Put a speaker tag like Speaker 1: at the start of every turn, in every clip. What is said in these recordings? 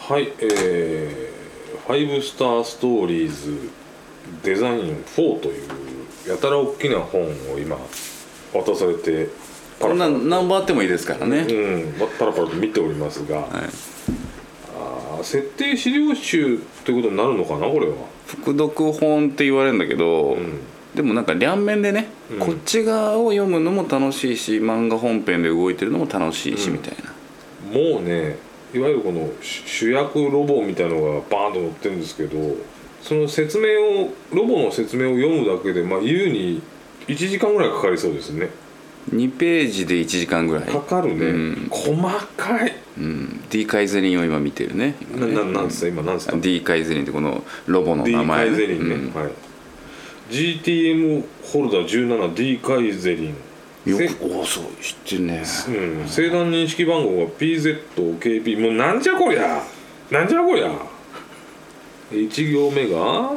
Speaker 1: はいえーファイブスターストーリーズデザイン4」というやたら大きな本を今渡されてパラ
Speaker 2: こん
Speaker 1: パ
Speaker 2: な
Speaker 1: ラ
Speaker 2: 何本あってもいいですからね、
Speaker 1: うん、まパラパラと見ておりますが、
Speaker 2: はい、
Speaker 1: あー設定資料集ということになるのかなこれは、
Speaker 2: 副読本って言われるんだけど、
Speaker 1: うん、
Speaker 2: でもなんか両面でね、
Speaker 1: うん
Speaker 2: こっち側を読むのも楽しいし漫画本編で動いてるのも楽しいし、
Speaker 1: うん
Speaker 2: みたいな
Speaker 1: もうねいわゆるこの主主役ロボみたいのがバーンと載ってるんですけどその説明をロボの説明を読むだけでまあ優に1時間ぐらいかかりそうですね
Speaker 2: 2ページで1時間ぐらい、
Speaker 1: かかるね、
Speaker 2: うん
Speaker 1: 細かい
Speaker 2: うん、D カイゼリンを今見てるね
Speaker 1: なななんですか今なんですか
Speaker 2: D カイゼリンってこのロボの
Speaker 1: D
Speaker 2: 名
Speaker 1: カ
Speaker 2: 前
Speaker 1: イゼリンね、
Speaker 2: うん
Speaker 1: はい GTM ホルダー 17D カイゼリンせ
Speaker 2: よくおそう知ってるね
Speaker 1: うん、生団認識番号が PZKP もうなんじゃこりゃなんじゃこりゃ1行目が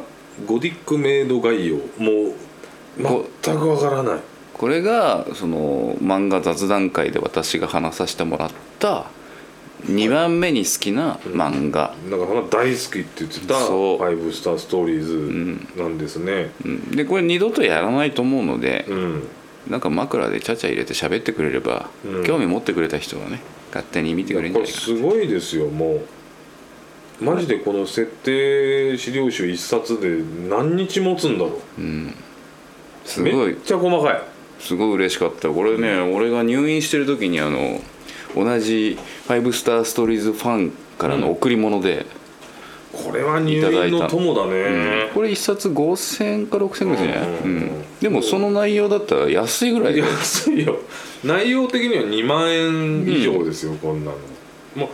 Speaker 1: ゴディックメイド概要もう
Speaker 2: こ
Speaker 1: 全くわからない
Speaker 2: これがその漫画雑談会で私が話させてもらった2番目に好きな漫画、
Speaker 1: だから大好きって言ってた「
Speaker 2: そう
Speaker 1: ファイブスターストーリーズ」なんですね
Speaker 2: うんでこれ二度とやらないと思うので、
Speaker 1: うん、
Speaker 2: なんか枕でちゃちゃ入れて喋ってくれれば、
Speaker 1: うん
Speaker 2: 興味持ってくれた人はね勝手に見てくれるん
Speaker 1: これ
Speaker 2: じゃないかな
Speaker 1: すごいですよもうマジでこの設定資料集1冊で何日持つんだろう
Speaker 2: すご
Speaker 1: めっ
Speaker 2: い
Speaker 1: ちゃ細かい
Speaker 2: すごい嬉しかったこれね、俺が入院してる時にあの同じ「ファイブスター・ストーリーズ」ファンからの贈り物で、
Speaker 1: これは入院の友だね、
Speaker 2: これ1冊5000か6000ぐらいじゃな
Speaker 1: う
Speaker 2: い、うんんでもその内容だったら安いぐらい
Speaker 1: 安いよ内容的には2万円以上ですよ、こんなのもう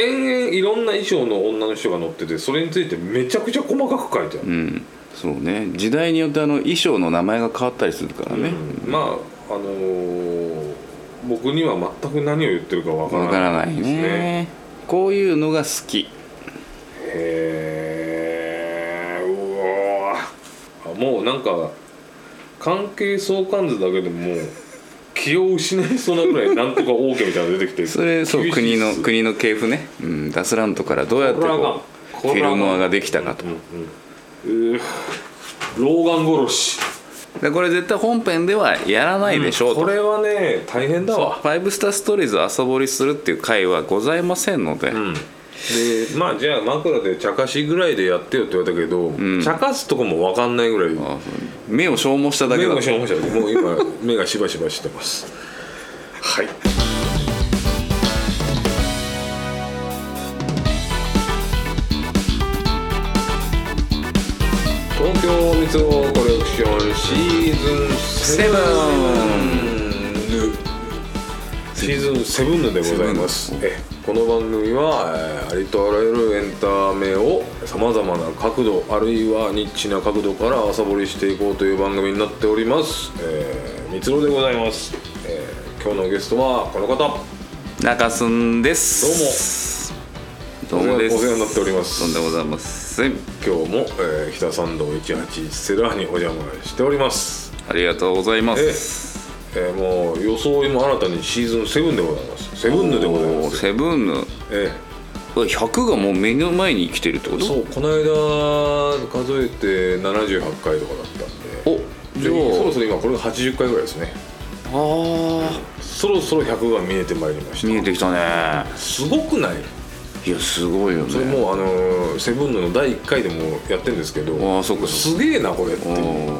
Speaker 1: 延々いろんな衣装の女の人が乗っててそれについてめちゃくちゃ細かく書いてあ
Speaker 2: う
Speaker 1: る、
Speaker 2: んそうね時代によってあの衣装の名前が変わったりするからね、
Speaker 1: うんまああのー僕には全く何を言ってるかわから
Speaker 2: わ
Speaker 1: ない
Speaker 2: からない
Speaker 1: です
Speaker 2: ねこういうのが好
Speaker 1: へ
Speaker 2: き
Speaker 1: えうわーもうなんか関係相関図だけでもう気を失いそうなぐらいなんとか OK みたいなの出てきて
Speaker 2: それそう
Speaker 1: 厳しい
Speaker 2: 国
Speaker 1: っ
Speaker 2: の
Speaker 1: す
Speaker 2: 国の系譜ね、うん、ダスラントからどうやって
Speaker 1: これは
Speaker 2: こう
Speaker 1: こ
Speaker 2: フ
Speaker 1: れ
Speaker 2: ィ
Speaker 1: は
Speaker 2: ルモアができたかと
Speaker 1: うんうんうー老眼殺し
Speaker 2: でこれ絶対本編ではやらないでしょうと、
Speaker 1: これはね大変だわ
Speaker 2: ファイブスターストーリーズを朝掘りするっていう回はございませんので、
Speaker 1: うんでまあじゃあ枕で茶化しぐらいでやってよって言われたけど、茶化すとこも分かんないぐらい
Speaker 2: あ目を消耗しただけ
Speaker 1: 目
Speaker 2: だ
Speaker 1: がしゃもしゃもう今目がしばしばしてますはい東京ミツココレクションシーズン
Speaker 2: セブ
Speaker 1: ンシーズンセブンでございますえこの番組は、えーありとあらゆるエンタメをさまざまな角度あるいはニッチな角度から朝掘りしていこうという番組になっておりますえーみつろでございます、えー今日のゲストはこの方どうも
Speaker 2: 中すんですどうもです
Speaker 1: お世話になっておりま
Speaker 2: とんですございません
Speaker 1: 今日も、えー、北参道18セラーにお邪魔しております
Speaker 2: ありがとうございます
Speaker 1: えーもう装いも新たにシーズンセブンでございますセブンヌでございま
Speaker 2: おー
Speaker 1: す
Speaker 2: セブンヌ
Speaker 1: ええ
Speaker 2: 100がもう目の前に来てるってこと
Speaker 1: そうこの間数えて78回とかだったんで
Speaker 2: おじゃ
Speaker 1: でそろ
Speaker 2: あ
Speaker 1: そろ今これが80回ぐらいですね
Speaker 2: あー
Speaker 1: そろそろ100が見えてまいりまし
Speaker 2: 見えてきたね
Speaker 1: たすごくない
Speaker 2: いやすごいよ
Speaker 1: それ
Speaker 2: ね
Speaker 1: もうあのーセブンヌの第1回でもやってるんですけど
Speaker 2: あーそっかそ
Speaker 1: すげえなこれって
Speaker 2: おー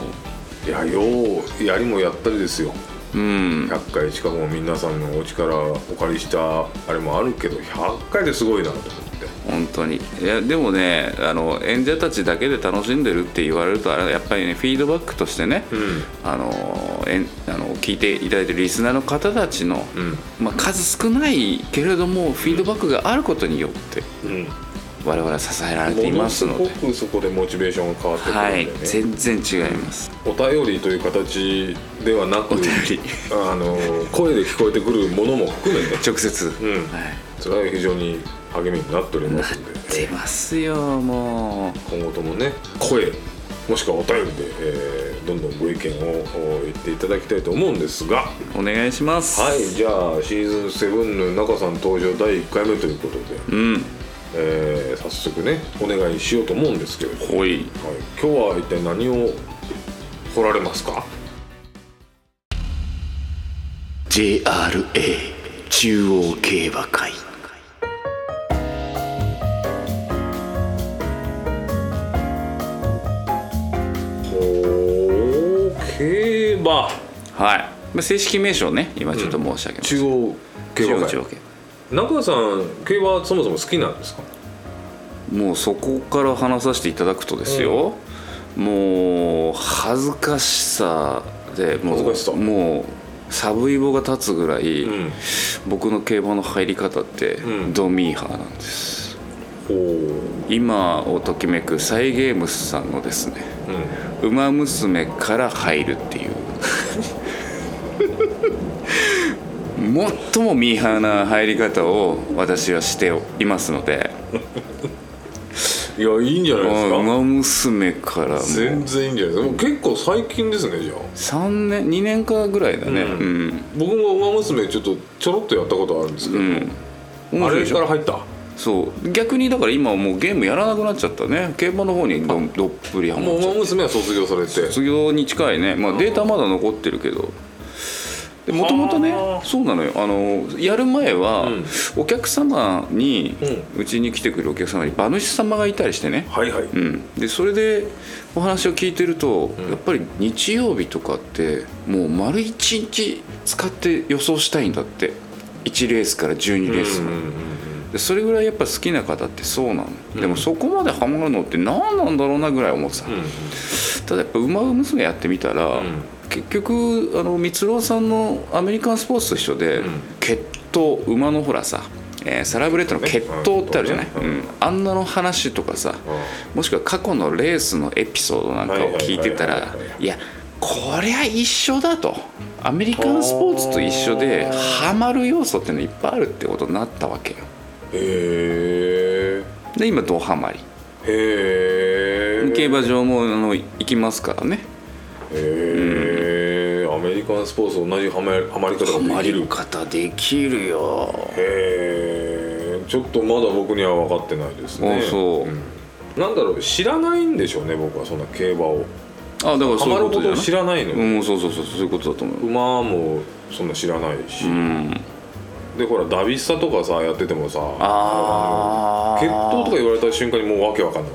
Speaker 1: いやようやりもやったりですよ
Speaker 2: うん
Speaker 1: 100回しかも皆さんのお力お借りしたあれもあるけど100回ですごいなと思って
Speaker 2: 本当にいやでもねあの演者たちだけで楽しんでるって言われるとあれやっぱりねフィードバックとしてね、
Speaker 1: ん
Speaker 2: あのえんあの聞いていただいてるリスナーの方たちの、まあ、数少ないけれどもフィードバックがあることによって
Speaker 1: うん
Speaker 2: 我々は支えられて
Speaker 1: う
Speaker 2: い
Speaker 1: んも
Speaker 2: ま
Speaker 1: の
Speaker 2: す
Speaker 1: す
Speaker 2: の
Speaker 1: ご
Speaker 2: で。
Speaker 1: くそこでモチベーションが変わってくるんでね、
Speaker 2: はい、全然違います。
Speaker 1: お便りという形ではなく
Speaker 2: り
Speaker 1: あの声で聞こえてくるものも含めて、
Speaker 2: 直接、
Speaker 1: うん
Speaker 2: はい、
Speaker 1: それは非常に励みになっておりますので
Speaker 2: 出ますよ、もう。
Speaker 1: 今後ともね声もしくはお便りで、えーどんどんご意見をお言っていただきたいと思うんですがは
Speaker 2: お願いします。
Speaker 1: いじゃあシーズン7の中さん登場第1回目ということで、
Speaker 2: うん、
Speaker 1: え早速ねお願いしようと思うんですけれど、はい、
Speaker 2: ほい
Speaker 1: 今日は一体何を掘られますか
Speaker 2: JRA 中央競馬会
Speaker 1: ほー競馬
Speaker 2: はい、まあ、正式名称ね今ちょっと申し上げます、
Speaker 1: 中央競馬
Speaker 2: 中
Speaker 1: 会
Speaker 2: 央競
Speaker 1: 中川さん競馬そもそも好きなんですか
Speaker 2: 馬もうそこから話させていただくとですよ、もう恥ずかしさでも
Speaker 1: 恥
Speaker 2: う
Speaker 1: ずかしさ
Speaker 2: もうサブイボが立つぐらい、
Speaker 1: ん
Speaker 2: 僕の競馬の入り方って
Speaker 1: うん
Speaker 2: ドミーハーなんです、
Speaker 1: ほー
Speaker 2: 今をときめくサイ・ゲームスさんのですね
Speaker 1: うん
Speaker 2: 「ウマ娘」から入るっていう 最もミーハーな入り方を私はしていますので
Speaker 1: いやいいんじゃないです
Speaker 2: うんウ
Speaker 1: か
Speaker 2: マ娘」からもう
Speaker 1: 全然いいんじゃないですかもう結構最近ですねじゃあ
Speaker 2: 3年2年かぐらいだね
Speaker 1: う
Speaker 2: うん、
Speaker 1: 僕も「ウマ娘」ちょっとちょろっとやったことあるんですけ
Speaker 2: う
Speaker 1: ど、
Speaker 2: ん面
Speaker 1: あ
Speaker 2: 白い
Speaker 1: れ
Speaker 2: でし
Speaker 1: か
Speaker 2: ょ
Speaker 1: ら入った
Speaker 2: そう逆にだから今はもうゲームやらなくなっちゃったね競馬の方にどどっぷりハマ
Speaker 1: もう「
Speaker 2: っ
Speaker 1: ウ
Speaker 2: ちゃ
Speaker 1: マ
Speaker 2: って
Speaker 1: 娘」は卒業されて
Speaker 2: 卒業に近いね、まあ、データまだ残ってるけどもともとね
Speaker 1: はあ
Speaker 2: そうなのよあのやる前は、
Speaker 1: うん
Speaker 2: お客様に
Speaker 1: う
Speaker 2: うち、に来てくるお客様に馬主様がいたりしてね、
Speaker 1: はいはい、
Speaker 2: うん、でそれでお話を聞いてると、やっぱり日曜日とかってもう丸1日使って予想したいんだって1レースから12レースまで、でそれぐらいやっぱ好きな方ってそうなの、でもそこまでハマるのって何なんだろうなぐらい思ってた、ただやっぱ「ウマ娘」やってみたら、結局あの光郎さんのアメリカンスポーツと一緒で、血統馬のほらさ、えーサラブレッドの血統ってあるじゃない、
Speaker 1: うん
Speaker 2: うんあんなの話とかさ、もしくは過去のレースのエピソードなんかを聞いてた
Speaker 1: はいはい
Speaker 2: ら
Speaker 1: はいはいはい
Speaker 2: やこりゃ一緒だとアメリカンスポーツと一緒で
Speaker 1: あー
Speaker 2: ハマる要素ってのいっぱいあるってことになったわけよ
Speaker 1: へ
Speaker 2: で今ドハマり
Speaker 1: えへえ
Speaker 2: 競馬場もあの行きますからね
Speaker 1: へえ、アメリカンスポーツと同じハマハマり方ができる
Speaker 2: 方できるよ
Speaker 1: へえちょっとまだ僕には分かってないですね
Speaker 2: あそうん
Speaker 1: なんだろう知らないんでしょうね僕はそんな競馬を
Speaker 2: あだから
Speaker 1: ハ
Speaker 2: そうい
Speaker 1: マる
Speaker 2: うこ
Speaker 1: こととを
Speaker 2: じ
Speaker 1: 知
Speaker 2: ゃ
Speaker 1: らないの
Speaker 2: な
Speaker 1: よ
Speaker 2: いうんそうそうそうそういうことだと思う
Speaker 1: 馬もそんな知らないし、
Speaker 2: うん
Speaker 1: でほらダビスタとかさやっててもさ
Speaker 2: ああ
Speaker 1: 決闘とか言われた瞬間にもうわけわかんなく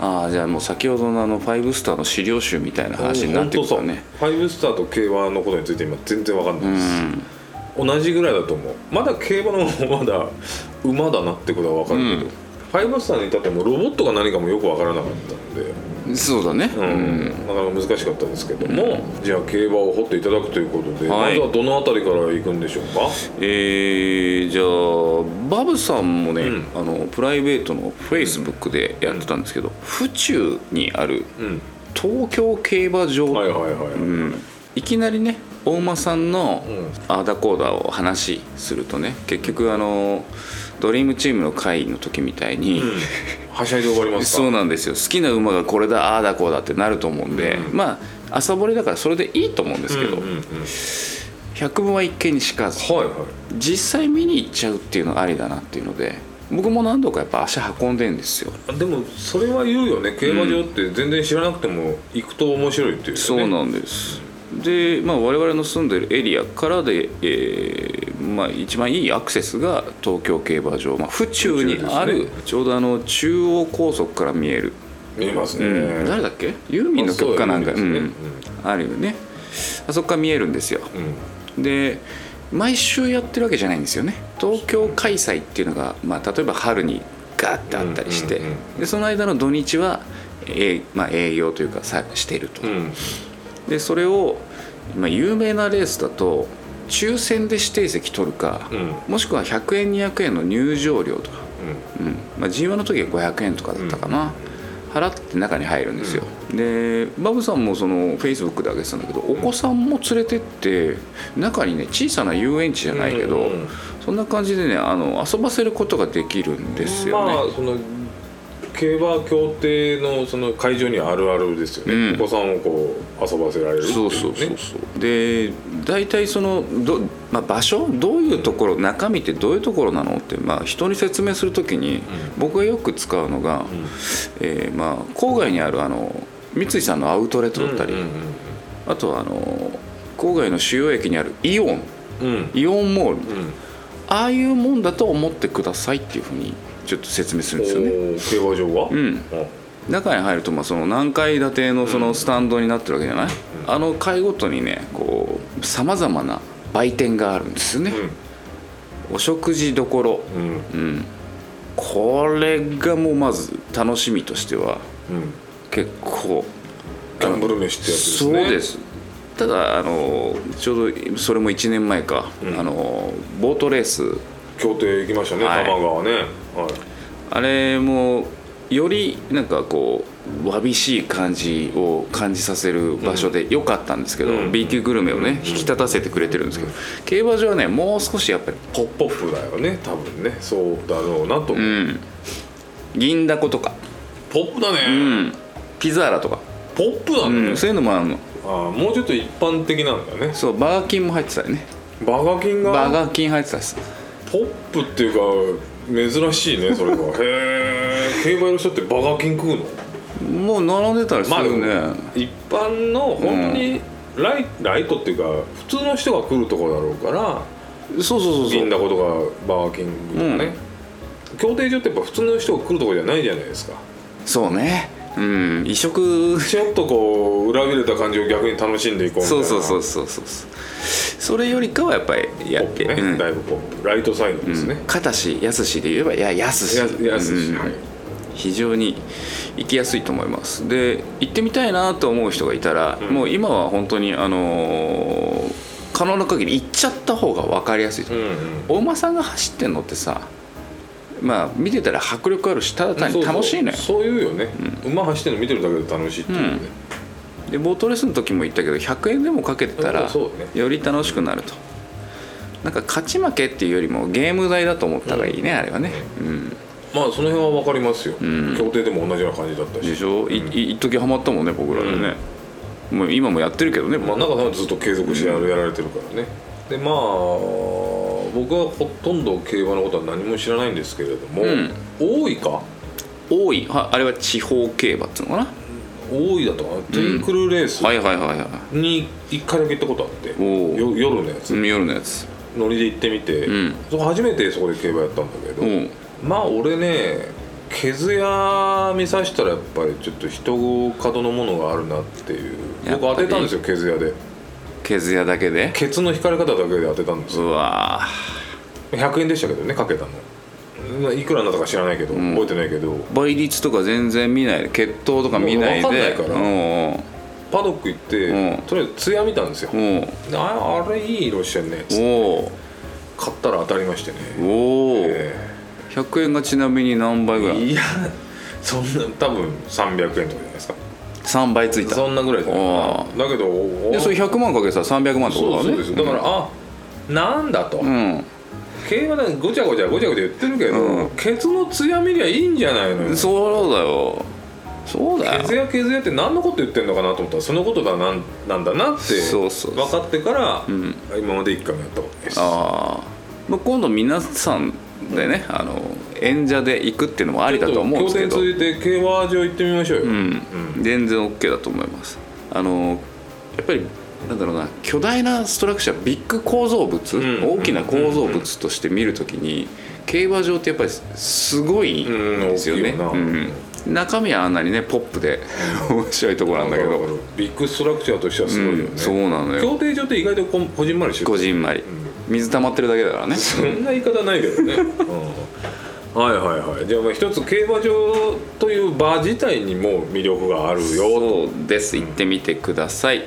Speaker 1: なる
Speaker 2: ああじゃあもう先ほどのあのファイブスターの資料集みたいな話になってくるからね
Speaker 1: ファイブスターと競馬のことについて今全然わかんないです、同じぐらいだと思うまだ競馬の方がまだ馬だなってことはわかるけど、
Speaker 2: うん
Speaker 1: ファイブスターに至ってもロボットが何かもよくわからなかったんで、
Speaker 2: そうだね
Speaker 1: う
Speaker 2: うんん
Speaker 1: なかなか難しかったですけども、じゃあ競馬を掘っていただくということで、
Speaker 2: は
Speaker 1: ま
Speaker 2: い
Speaker 1: ずはどの辺りから行くんでしょうか
Speaker 2: えー、じゃあバブさんもね、
Speaker 1: うん
Speaker 2: あのプライベートのフェイスブックでやってたんですけど、府中にある
Speaker 1: うん
Speaker 2: 東京競馬場、
Speaker 1: はいはいはい、
Speaker 2: うん、いきなりね大間さんの
Speaker 1: うん
Speaker 2: アーダコーダを話しするとね結局あのドリームチームの会の時みたいに、
Speaker 1: はしゃいで終わりますか
Speaker 2: そうなんですよ好きな馬がこれだああだこうだってなると思うんで、
Speaker 1: う
Speaker 2: まあ朝掘れだからそれでいいと思うんですけど、
Speaker 1: うんうんうん
Speaker 2: 百聞は一見にしかず
Speaker 1: はいはい
Speaker 2: 実際見に行っちゃうっていうのありだなっていうので僕も何度かやっぱ足運んでんですよ
Speaker 1: でもそれは言うよね競馬場って全然知らなくても行くと面白いっていう、ね、
Speaker 2: そうなんですで、まあ、我々の住んでるエリアからで、えーまあ、一番いいアクセスが東京競馬場、まあ、府中にあ
Speaker 1: 府中
Speaker 2: る、
Speaker 1: で
Speaker 2: ちょうどあの中央高速から見える、
Speaker 1: 見えますね、
Speaker 2: うん誰だっけユーミンの曲かなんか
Speaker 1: あそうだよね
Speaker 2: うんあるよねあそこから見えるんですよ
Speaker 1: うん
Speaker 2: で毎週やってるわけじゃないんですよね東京開催っていうのが、まあ、例えば春にガーッてあったりして、
Speaker 1: うんうんうん
Speaker 2: でその間の土日は、えーまあ、営業というかさしてると、
Speaker 1: うん
Speaker 2: でそれを、まあ、有名なレースだと抽選で指定席取るか、
Speaker 1: うん
Speaker 2: もしくは100円200円の入場料とか、うんまあ、G1 の時は500円とかだったかな、払って中に入るんですよ、でバブさんもそのフェイスブックで上げてたんだけどお子さんも連れてって中にね小さな遊園地じゃないけど、
Speaker 1: うんうん
Speaker 2: そんな感じでねあの遊ばせることができるんですよね、
Speaker 1: まあその競馬協定のその会場にあるあるですよね、
Speaker 2: うん
Speaker 1: お子さんをこう遊ばせられるっていね
Speaker 2: そううそうそうそうで大体そのど、まあ、場所どういうところ、中身ってどういうところなのって、まあ、人に説明するときに、僕がよく使うのが、えーまあ、郊外にあるあの三井さんのアウトレットだったり、
Speaker 1: うん
Speaker 2: あとはあの郊外の主要駅にあるイオン
Speaker 1: うんうん
Speaker 2: イオンモール、
Speaker 1: うん
Speaker 2: ああいうもんだと思ってくださいっていうふうにちょっと説明するんですよね。
Speaker 1: おー競馬場は、
Speaker 2: うん中に入るとまあその何階建てのそのスタンドになってるわけじゃない、あの階ごとにねこうさまざまな売店があるんですよね、お食事どころ、
Speaker 1: うんうん
Speaker 2: うん、これがもうまず楽しみとしては
Speaker 1: うん
Speaker 2: 結構
Speaker 1: ギャンブル飯ってやつです
Speaker 2: そう
Speaker 1: ね
Speaker 2: ですただあのちょうどそれも1年前か、
Speaker 1: うん
Speaker 2: あのボートレース
Speaker 1: 協定行きましたね、
Speaker 2: はい
Speaker 1: 玉川ね、はい、
Speaker 2: あれもよりなんかこうわびしい感じを感じさせる場所で良かったんですけど、
Speaker 1: うん
Speaker 2: B 級グルメをね引き立たせてくれてるんですけど、競馬場はねもう少しやっぱり
Speaker 1: ポップップだよね多分ねそうだろうなと、
Speaker 2: うん銀だことか、
Speaker 1: ポップだ
Speaker 2: う
Speaker 1: ね、
Speaker 2: ん、ピザーラとか、
Speaker 1: ポップだ
Speaker 2: う
Speaker 1: ね、
Speaker 2: ん、そういうのもあるの
Speaker 1: あーもうちょっと一般的なんだね
Speaker 2: そうバーガーキンも入ってたよね
Speaker 1: バーガーキン
Speaker 2: バー
Speaker 1: が
Speaker 2: ガーキン入ってたです
Speaker 1: ポップっていうか珍しいねそれがへえ競馬やる人ってバーガーキン食うの
Speaker 2: もう並んでたりす
Speaker 1: まあで
Speaker 2: る
Speaker 1: も
Speaker 2: ね、
Speaker 1: 一般の本当にライ,、ライトっていうか普通の人が来るとこだろうから
Speaker 2: そうそうそうそ
Speaker 1: 銀
Speaker 2: う
Speaker 1: だことかバーガーキングとかね、協定所ってやっぱ普通の人が来るとこじゃないじゃないですか
Speaker 2: そうねうん異 色
Speaker 1: ちょっとこう裏切れた感じを逆に楽しんでいこうみたい
Speaker 2: そう
Speaker 1: な
Speaker 2: そうそうそうそうそうそれよりかはやっぱりや
Speaker 1: ポ
Speaker 2: っ
Speaker 1: ッ
Speaker 2: て、
Speaker 1: プね、
Speaker 2: うん
Speaker 1: だいぶポップライトサイドですね、
Speaker 2: 片しやすしで言えばややすし
Speaker 1: ややすし、
Speaker 2: うん
Speaker 1: はい
Speaker 2: 非常に行きやすいと思いますで行ってみたいなと思う人がいたら、もう今は本当にあのー可能な限り行っちゃった方が分かりやすい、
Speaker 1: うんうん
Speaker 2: お馬さんが走ってんのってさまあ見てたら迫力あるしただ単
Speaker 1: そう
Speaker 2: に
Speaker 1: そう
Speaker 2: 楽しいのよ
Speaker 1: そういうよね、馬走ってるの見てるだけで楽しいっていうね、
Speaker 2: でボートレースの時も言ったけど100円でもかけてたら
Speaker 1: そうそうね
Speaker 2: より楽しくなるとなんか勝ち負けっていうよりもゲーム代だと思った方がいいね、あれはね、うん、
Speaker 1: まあその辺は分かりますよ、協定でも同じような感じだったし
Speaker 2: でしょ、いい一時ハマったもんね僕らでね、もう今もやってるけどね、
Speaker 1: まあ、中さんはずっと継続してやられてるからね、でまあ僕はほとんど競馬のことは何も知らないんですけれども、
Speaker 2: ん
Speaker 1: 多いか
Speaker 2: 多いはあれは地方競馬っていうのかな、
Speaker 1: 多いだとかなテイクルレース
Speaker 2: はいはいはいはい
Speaker 1: に一回だけ行ったことあって、
Speaker 2: おう
Speaker 1: よ夜のやつ
Speaker 2: うん夜のやつ
Speaker 1: 乗りで行ってみて、
Speaker 2: ん
Speaker 1: そこ初めてそこで競馬やったんだけど、
Speaker 2: うん
Speaker 1: まあ俺ね毛づや見さしたらやっぱりちょっと人角のものがあるなっていう
Speaker 2: やっ
Speaker 1: 僕
Speaker 2: ぱり
Speaker 1: 当てたんですよ毛づやで
Speaker 2: 毛づやだけで
Speaker 1: ケツの引かれ方だけで当てたんです
Speaker 2: う
Speaker 1: よ
Speaker 2: わ
Speaker 1: 100円でしたけどねかけたのいくらになったか知らないけど、覚えてないけど
Speaker 2: ー倍率とか全然見ない血統とか見ないで
Speaker 1: もう分かんないから
Speaker 2: うん
Speaker 1: パドック行って、
Speaker 2: うん
Speaker 1: とりあえずツヤ見たんですよ、
Speaker 2: うんうん
Speaker 1: ああれいい色してんね
Speaker 2: おお
Speaker 1: 買ったら当たりましてね、
Speaker 2: おお、
Speaker 1: え
Speaker 2: 100円がちなみに何倍ぐ
Speaker 1: え
Speaker 2: らい
Speaker 1: いやそんな多分300円とかじゃないですか
Speaker 2: 3倍ついた
Speaker 1: そんなぐらいじゃないかなだけどおお
Speaker 2: でそれ100万かけたら300万ってこと
Speaker 1: そう
Speaker 2: だね
Speaker 1: そうですよだから、あなんだと、
Speaker 2: うん、
Speaker 1: 競馬でごちゃごちゃごちゃごちゃ言ってるけど、
Speaker 2: うん
Speaker 1: ケツの艶見りゃいいんじゃないのよ
Speaker 2: そうだよそうだよ
Speaker 1: ケズやケズやって何のこと言ってんのかなと思ったらそのことだなんなんだなって
Speaker 2: そうそうそう
Speaker 1: 分かってから
Speaker 2: ん
Speaker 1: 今まで一回もやったことです
Speaker 2: あー、まあ今度皆さんでねあの演者で行くっていうのもありだと思うんですけど
Speaker 1: ちょっと競艇続いて競馬場行ってみましょうよ、
Speaker 2: うん、全然 OK だと思いますあのやっぱりなんだろうな巨大なストラクチャービッグ構造物、
Speaker 1: ん
Speaker 2: 大きな構造物として見るときに、競馬場ってやっぱりすごい
Speaker 1: うん
Speaker 2: ですよ
Speaker 1: 大
Speaker 2: ね、
Speaker 1: きいよな
Speaker 2: うん中身はあんなにねポップで 面白いところなんだけど、
Speaker 1: ビッグストラクチャーとしてはすごいよね、
Speaker 2: うんそうなのよ
Speaker 1: 競艇場って意外とこんこじんまりして
Speaker 2: こ
Speaker 1: る
Speaker 2: じんまり水溜まってるだけだからね
Speaker 1: そんな言い方ないけどね、 うんはいはいはいじゃあまあ一つ競馬場という場自体にも魅力があるよと
Speaker 2: そうです行ってみてください、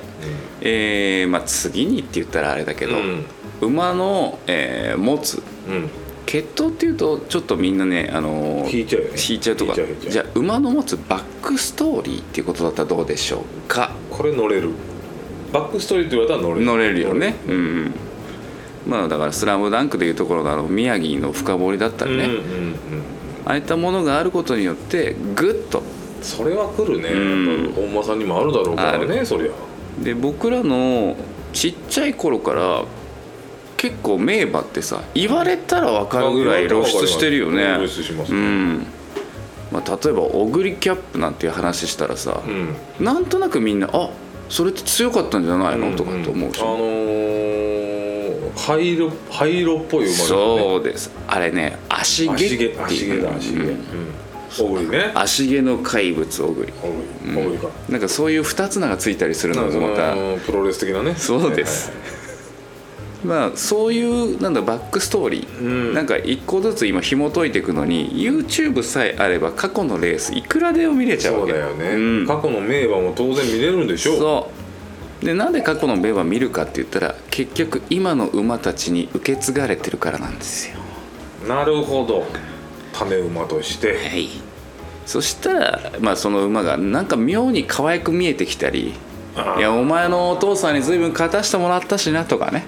Speaker 2: えーまあ、次にって言ったらあれだけど、
Speaker 1: うん
Speaker 2: 馬の、えー持つ
Speaker 1: うん
Speaker 2: 血統っていうとちょっとみんなね、あのー
Speaker 1: 引いちゃうよね
Speaker 2: 引いちゃうと
Speaker 1: 引
Speaker 2: か
Speaker 1: いちゃう引いちゃう
Speaker 2: じゃあ馬の持つバックストーリーっていうことだったらどうでしょうか
Speaker 1: これ乗れるバックストーリーって言われたら乗れる
Speaker 2: 乗れるよねうんうんまあだから「スラムダンクでいうところのあの宮城の深掘りだったりね、
Speaker 1: うんうんうん
Speaker 2: ああいったものがあることによってグッと
Speaker 1: それは来るね、
Speaker 2: うん
Speaker 1: やっぱ本間さんにもあるだろうからねそりゃ
Speaker 2: で僕らのちっちゃい頃から結構名馬ってさ言われたら分かるぐらい露出してるよね
Speaker 1: 露出します
Speaker 2: う
Speaker 1: ね
Speaker 2: ん、まあ、例えばオグリキャップなんていう話したらさ
Speaker 1: う、ん
Speaker 2: なんとなくみんなあそれって強かったんじゃないの、とかって思うし、
Speaker 1: あのー、灰色灰色っぽい馬だよね
Speaker 2: そうですあれね足毛って
Speaker 1: 足
Speaker 2: い
Speaker 1: 毛足毛
Speaker 2: う
Speaker 1: だ足毛
Speaker 2: うん
Speaker 1: 小栗ね
Speaker 2: 足毛の怪物オグリ
Speaker 1: 小栗小栗か
Speaker 2: なんかそういう二つ名がついたりするのもま
Speaker 1: なんか
Speaker 2: た
Speaker 1: そのプロレス的なね
Speaker 2: そうです、まあそういうなんだバックストーリー、
Speaker 1: うん
Speaker 2: なんか一個ずつ今紐解いていくのに YouTube さえあれば過去のレースいくらでも見れちゃう
Speaker 1: そ
Speaker 2: わ
Speaker 1: う
Speaker 2: け
Speaker 1: だよね、
Speaker 2: うん
Speaker 1: 過去の名馬も当然見れるんでしょう
Speaker 2: そうでなんで過去の名馬見るかって言ったら結局今の馬たちに受け継がれてるからなんですよ
Speaker 1: なるほど種馬として
Speaker 2: はいそしたら、まあ、その馬がなんか妙に可愛く見えてきたり
Speaker 1: あー
Speaker 2: いやお前のお父さんに随分勝たしてもらったしなとかね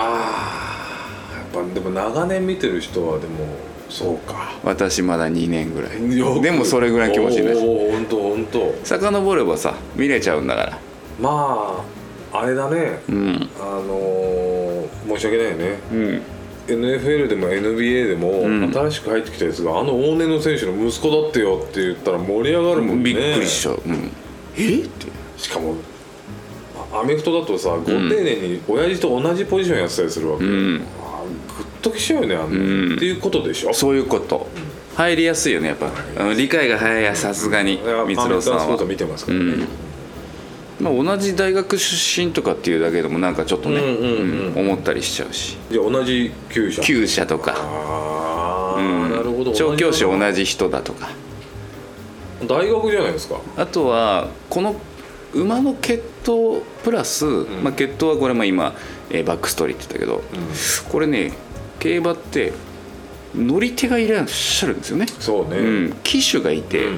Speaker 1: ああやっぱでも長年見てる人はでもそうか
Speaker 2: 私まだ2年ぐらいでもそれぐらい気持ちいい
Speaker 1: で
Speaker 2: ですす
Speaker 1: おお本当本当
Speaker 2: 遡ればさ見れちゃうんだから
Speaker 1: まああれだね
Speaker 2: うん
Speaker 1: あのー申し訳ないよね
Speaker 2: うん
Speaker 1: NFL でも NBA でも、
Speaker 2: うん
Speaker 1: 新しく入ってきたやつがあの往年の選手の息子だってよって言ったら盛り上がるもんね
Speaker 2: びっくりしちゃう、うん、えって
Speaker 1: しかもあアメフトだとさご丁寧に親父と同じポジションやってたりするわけ、
Speaker 2: ん
Speaker 1: あーグッときちゃうよねあの、
Speaker 2: ん
Speaker 1: っていうことでしょ
Speaker 2: そういうこと入りやすいよねやっぱうん理解が早いやさすが
Speaker 1: い
Speaker 2: に
Speaker 1: や
Speaker 2: 光郎さん
Speaker 1: アメフトのスポーツ
Speaker 2: は
Speaker 1: 見てますか
Speaker 2: う
Speaker 1: らね、
Speaker 2: んまあ、同じ大学出身とかっていうだけでもなんかちょっとね、
Speaker 1: うんうんうん
Speaker 2: うん思ったりしちゃうし
Speaker 1: じゃあ同じ球種
Speaker 2: 厩舎とか、
Speaker 1: ああ、
Speaker 2: うん
Speaker 1: なるほど
Speaker 2: 調教師
Speaker 1: 同
Speaker 2: 同じ人だとか
Speaker 1: じ大学じゃないですか
Speaker 2: あとはこの馬の血統プラス、まあ、血統はこれも今、えーバックストーリーって言ったけど、これね競馬って乗り手がいらっしゃるんですよね、
Speaker 1: そうね、
Speaker 2: うん、騎手がいて、
Speaker 1: うんうん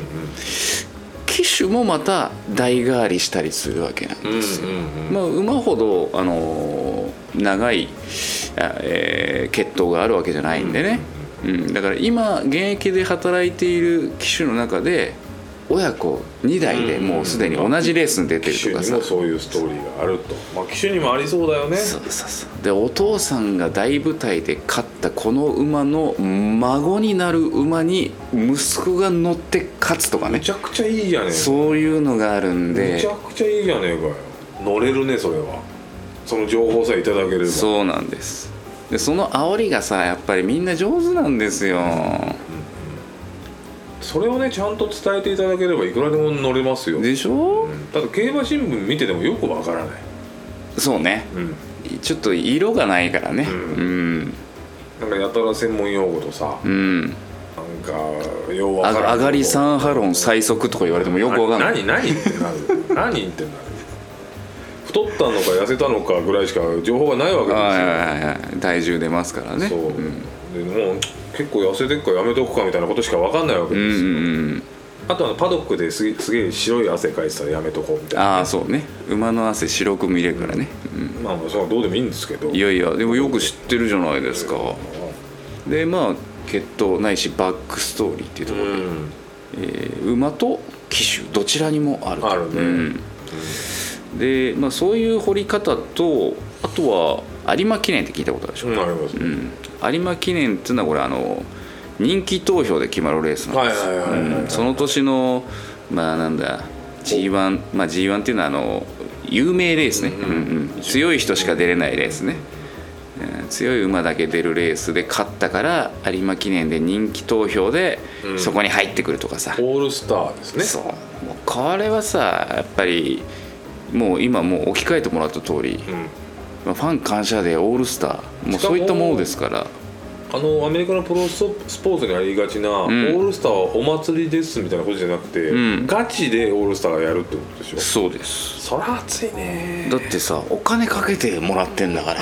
Speaker 2: 騎手もまた代替わりしたりするわけなん
Speaker 1: うんうん
Speaker 2: ですよ、
Speaker 1: うん
Speaker 2: まあ、馬ほど、あのー長い、あえー血統があるわけじゃないんでね、うん、だから今現役で働いている騎手の中で親子2代でもうすでに同じレースに出てる
Speaker 1: 機種
Speaker 2: とか
Speaker 1: に
Speaker 2: さ
Speaker 1: もそういうストーリーがあるとまあ機種にもありそうだよね
Speaker 2: そうそうそうでお父さんが大舞台で勝ったこの馬の孫になる馬に息子が乗って勝つとか
Speaker 1: め
Speaker 2: ね
Speaker 1: ちゃくちゃいいじゃねえか
Speaker 2: そういうのがあるん
Speaker 1: め
Speaker 2: で
Speaker 1: ちゃくちゃいいじゃねえかよ乗れるねそれはその情報さえいただければ
Speaker 2: そうなんですでその煽りがさやっぱりみんな上手なんですよ
Speaker 1: それをねちゃんと伝えていただければいくらでも乗れますよ
Speaker 2: でしょ、
Speaker 1: ただ競馬新聞見ててもよくわからない
Speaker 2: そうね
Speaker 1: うん
Speaker 2: ちょっと色がないからね
Speaker 1: う
Speaker 2: うん
Speaker 1: なんかやたら専門用語とさ
Speaker 2: うん、
Speaker 1: なんかようわ
Speaker 2: あ
Speaker 1: からん
Speaker 2: 上がり3ハロン最速とか言われてもよくわかんない
Speaker 1: 何何ってなる何ってなる太ったのか痩せたのかぐらいしか情報がないわけ
Speaker 2: はい
Speaker 1: で
Speaker 2: はいはい体重出ますからね
Speaker 1: すよ、そう、
Speaker 2: ん
Speaker 1: でもう結構痩せてっからやめとくかみたいなことしかわかんないわけ
Speaker 2: うん
Speaker 1: で
Speaker 2: う
Speaker 1: すよ、
Speaker 2: ん
Speaker 1: あとあのパドックですげすげえ白い汗かいてたらやめとこうみ
Speaker 2: うん
Speaker 1: たいな
Speaker 2: ああそうね馬の汗白く見れるからね、
Speaker 1: まあまあそれはどうでもいいんですけど
Speaker 2: うんいやいやでもよく知ってるじゃないですかでまあ血統ないしバックストーリーっていうと
Speaker 1: う
Speaker 2: ころで、
Speaker 1: ん
Speaker 2: えー馬と騎手どちらにもあると
Speaker 1: あるね
Speaker 2: うんで、まあ、そういう掘り方とあとは有馬記念って聞いたことあるでしょ、
Speaker 1: うんあります、
Speaker 2: うん有馬記念っていうのはこれあの人気投票で決まるレースなんです
Speaker 1: はいはいはいはいはい
Speaker 2: うんその年のまあなんだ G1 まあ G1 っていうのはあの有名レースね、うんうん強い人しか出れないレースね、うん強い馬だけ出るレースで勝ったから有馬記念で人気投票で
Speaker 1: うん
Speaker 2: そこに入ってくるとかさ、
Speaker 1: オールスターですね
Speaker 2: そうもうこれはさやっぱりもう今もう置き換えてもらった通り、
Speaker 1: うん
Speaker 2: まあファン感謝でオールスターもうそういったものですから
Speaker 1: あのアメリカのプロスポーツにありがちな、オールスターはお祭りですみたいなことじゃなくて、
Speaker 2: うん
Speaker 1: ガチでオールスターがやるってことでしょ
Speaker 2: そうです
Speaker 1: そりゃ熱いね
Speaker 2: だってさお金かけてもらってんだから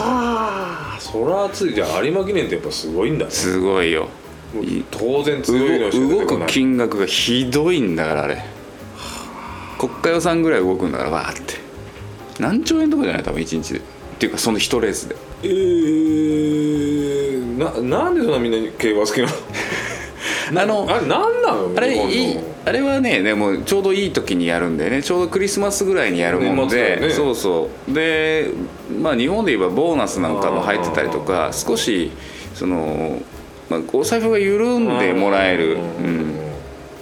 Speaker 1: はあそりゃ熱いじゃあ有馬記念ってやっぱすごいんだね
Speaker 2: すごいよ
Speaker 1: もう当然
Speaker 2: う
Speaker 1: 強いのしか出
Speaker 2: 動
Speaker 1: てこ
Speaker 2: く
Speaker 1: ない
Speaker 2: 金額がひどいんだからあれ国家予算ぐらい動くんだからわーって何兆円とかじゃない多分1日でっていうかその1レースで
Speaker 1: えー、ななんでそんなみんな競馬好きなの
Speaker 2: あの
Speaker 1: あれ何なの
Speaker 2: あれ
Speaker 1: 日本の
Speaker 2: いいあれはねでもちょうどいい時にやるんだよねちょうどクリスマスぐらいにやるもん
Speaker 1: 年末だ
Speaker 2: で、
Speaker 1: よね
Speaker 2: そうそうでまあ日本で言えばボーナスなんかも入ってたりとか少しその、まあ、お財布が緩んでもらえる、うん、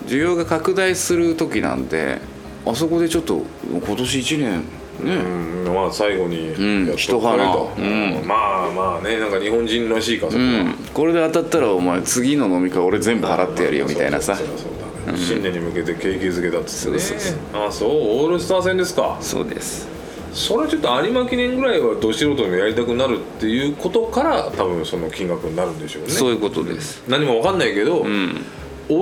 Speaker 2: 需要が拡大する時なんであそこでちょっと今年1年ね、
Speaker 1: うんまあ最後に
Speaker 2: ん
Speaker 1: やっとかないと
Speaker 2: 一花うん
Speaker 1: まあまあねなんか日本人らしいからそこは
Speaker 2: うん、これで当たったらお前次の飲み会俺全部払ってやるよみたいなさ
Speaker 1: そうだそうだね新年に向けて景気づけだっつってね
Speaker 2: そうそう
Speaker 1: あそうオールスター戦ですか
Speaker 2: そうです
Speaker 1: それちょっと有馬記念ぐらいはど素人でもやりたくなるっていうことから多分その金額になるんでしょうね
Speaker 2: そういうことです
Speaker 1: 何もわかんないけど、オー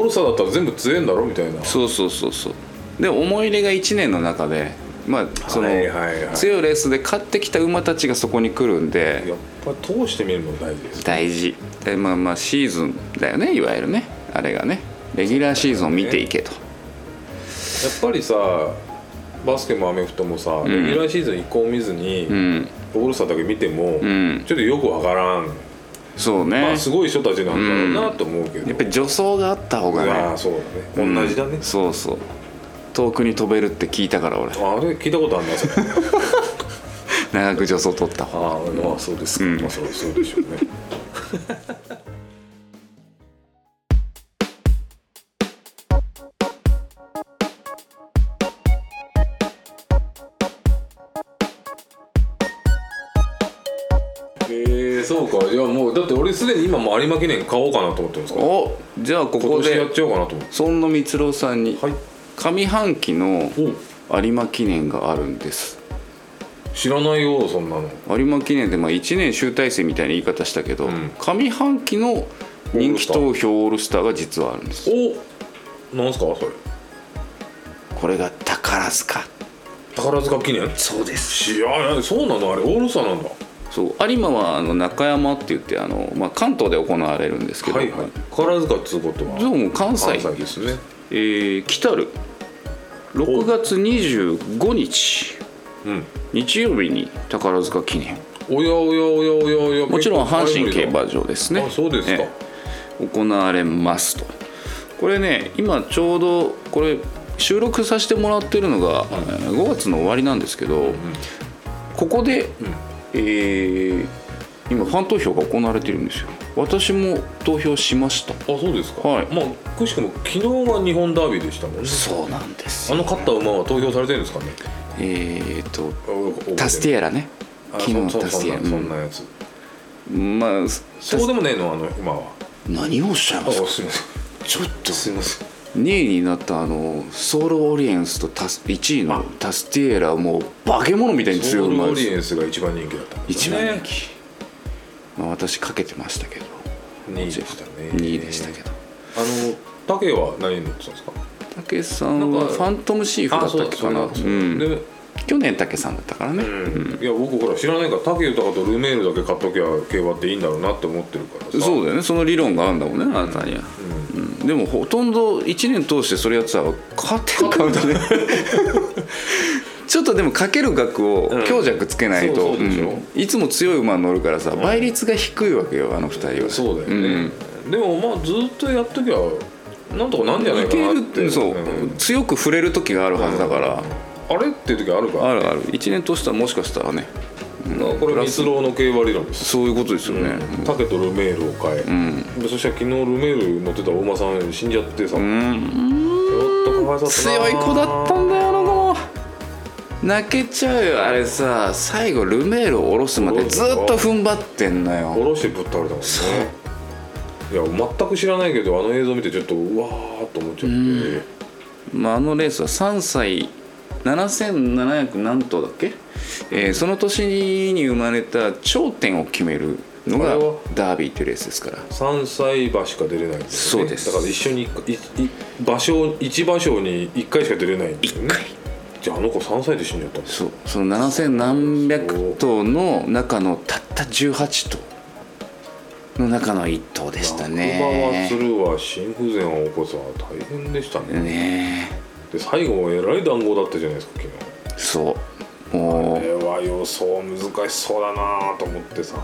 Speaker 1: ルスターだったら全部強えんだろみたいな
Speaker 2: そうそうそうそうで思い入れが1年の中でまあその
Speaker 1: はいはいはい
Speaker 2: 強いレースで勝ってきた馬たちがそこに来るんで
Speaker 1: やっぱ通してみるの大事です
Speaker 2: 大事でまあまあシーズンだよねいわゆるねあれがねレギュラーシーズンを見ていけと
Speaker 1: やっぱりさバスケもアメフトもさ、レギュラーシーズン一個も見ずに、
Speaker 2: うん
Speaker 1: オールスターだけ見ても、
Speaker 2: ん
Speaker 1: ちょっとよくわからん、
Speaker 2: そうね、
Speaker 1: まあ、すごい人たちなんだろうなと思うけど、
Speaker 2: やっぱり助走があった方がね
Speaker 1: ああそうだね同じだね
Speaker 2: うん、そうそう遠くに飛べるって聞いたから俺
Speaker 1: あれ聞いたことあるなそれ
Speaker 2: 長く助走取った方が
Speaker 1: ああまあそうですか、
Speaker 2: うん
Speaker 1: まあそうそうでしょうねえーそうかいやもうだって俺すでに今も有馬記念買おうかなと思ってますから
Speaker 2: おじゃあこ
Speaker 1: 今
Speaker 2: こ
Speaker 1: 年や
Speaker 2: で
Speaker 1: っちゃおうかなと思って
Speaker 2: そんな光郎さんに
Speaker 1: はい
Speaker 2: 上半期の
Speaker 1: お
Speaker 2: 有馬記念があるんです
Speaker 1: 知らないよそんなの
Speaker 2: 有馬記念ってまあ1年集大成みたいな言い方したけど、
Speaker 1: ん
Speaker 2: 上半期の人気投票オールスターが実はあるんです
Speaker 1: おなんすかそれ
Speaker 2: これが宝塚
Speaker 1: 宝塚記念
Speaker 2: そうです
Speaker 1: いやいやそうなのあれオールスターなんだ
Speaker 2: そう有馬はあの中山って言ってあの、まあ、関東で行われるんですけど、
Speaker 1: はいはい宝塚っつうことは
Speaker 2: どうも関西
Speaker 1: 関西ですね
Speaker 2: えー来たる6月25日
Speaker 1: うん
Speaker 2: 日曜日に宝塚記念
Speaker 1: おやおやおやおやおや
Speaker 2: もちろん阪神競
Speaker 1: ね
Speaker 2: 馬場ですね
Speaker 1: あそうですか
Speaker 2: ええ行われますとこれね今ちょうどこれ収録させてもらってるのが、えー5月の終わりなんですけど、ここで、えー今ファン投票が行われてるんですよ私も投票しました
Speaker 1: あそうですか
Speaker 2: はい
Speaker 1: まあくしくも昨日が日本ダービーでしたもんね
Speaker 2: そうなんです
Speaker 1: あの勝った馬は投票されてるんですかね
Speaker 2: えー、と
Speaker 1: あ
Speaker 2: タステ
Speaker 1: エ
Speaker 2: ィエラね昨
Speaker 1: そ
Speaker 2: 日
Speaker 1: そ
Speaker 2: タス
Speaker 1: そん
Speaker 2: ティエ
Speaker 1: な
Speaker 2: ラ
Speaker 1: そんなやつ
Speaker 2: うんまあ
Speaker 1: そうでもねえのあの馬は
Speaker 2: 何をおっしゃい
Speaker 1: あ
Speaker 2: ますか
Speaker 1: すいません
Speaker 2: ちょっと
Speaker 1: すいません
Speaker 2: 2位になったあのソウルオリエンスとタス1位のタスティエラはもう化け物みたいに
Speaker 1: ソ
Speaker 2: 強
Speaker 1: ウ
Speaker 2: い
Speaker 1: ル
Speaker 2: 馬
Speaker 1: オ
Speaker 2: で
Speaker 1: リ
Speaker 2: す
Speaker 1: エンスが一番人気だったんです
Speaker 2: 一
Speaker 1: ね
Speaker 2: 番人気、まあ、私かけてましたけど
Speaker 1: 2位でしたね
Speaker 2: 2位でしたけど
Speaker 1: あの竹は何に乗ってたんですか
Speaker 2: 武さん
Speaker 1: なん
Speaker 2: は
Speaker 1: か
Speaker 2: ファントムシーフだったっけか
Speaker 1: あ
Speaker 2: な
Speaker 1: そうだそうだ
Speaker 2: うん、
Speaker 1: で
Speaker 2: 去年武さんだったからね、
Speaker 1: いや僕ほら知らないから武豊とルメールだけ買っときゃ競馬っていいんだろうなって思ってるからさ
Speaker 2: そうだよねその理論があるんだもんねあなたには、うんでもほとんど1年通してそれやってたら勝てんかん だねちょっとでもかける額を
Speaker 1: ん
Speaker 2: 強弱つけないと、
Speaker 1: そうそうでしょ
Speaker 2: んいつも強い馬に乗るからさ倍率が低いわけよあの2人は、
Speaker 1: そうだよね、でもまあずっとやっときゃなんとかなんじゃない
Speaker 2: い
Speaker 1: か
Speaker 2: け
Speaker 1: な
Speaker 2: る
Speaker 1: っ
Speaker 2: っててそう、
Speaker 1: ん
Speaker 2: 強く触れる時があるはずだから、
Speaker 1: あれっていう時あるから
Speaker 2: あるある1年通したらもしかしたらね
Speaker 1: だからこれ蜜蝋の競馬理論です
Speaker 2: そういうことですよね、
Speaker 1: 武とルメールを買え、でそしたら昨日ルメール乗ってたお馬さん死んじゃってさ、ちょっとかわいそう
Speaker 2: 強い子だったんだよあの子も泣けちゃうよあれさ最後ルメールを下ろすまでずっと踏ん張ってんの
Speaker 1: 下
Speaker 2: よ
Speaker 1: ろしてぶっ倒れたもんねいや全く知らないけどあの映像見てちょっとうわーっと思っちゃって、
Speaker 2: まあ、あのレースは3歳7700何頭だっけ、えーその年に生まれた頂点を決めるの
Speaker 1: あ
Speaker 2: が
Speaker 1: れは
Speaker 2: ダービーっていうレースですから
Speaker 1: 3歳馬しか出れないんだよね
Speaker 2: そうです
Speaker 1: だから一緒にいい場所一場所に1回しか出れないんだよね
Speaker 2: 1回
Speaker 1: じゃああの子3歳で死んじゃったんです
Speaker 2: そうその7000何百頭の中のたった18頭の中の1頭でした
Speaker 1: 馬はす
Speaker 2: ね
Speaker 1: るわ心不全を起こすわ大変でしたね、
Speaker 2: ねえ
Speaker 1: で最後えらい談合だったじゃないですか昨日
Speaker 2: そうも
Speaker 1: こ
Speaker 2: う
Speaker 1: れは予想難しそうだなと思ってさ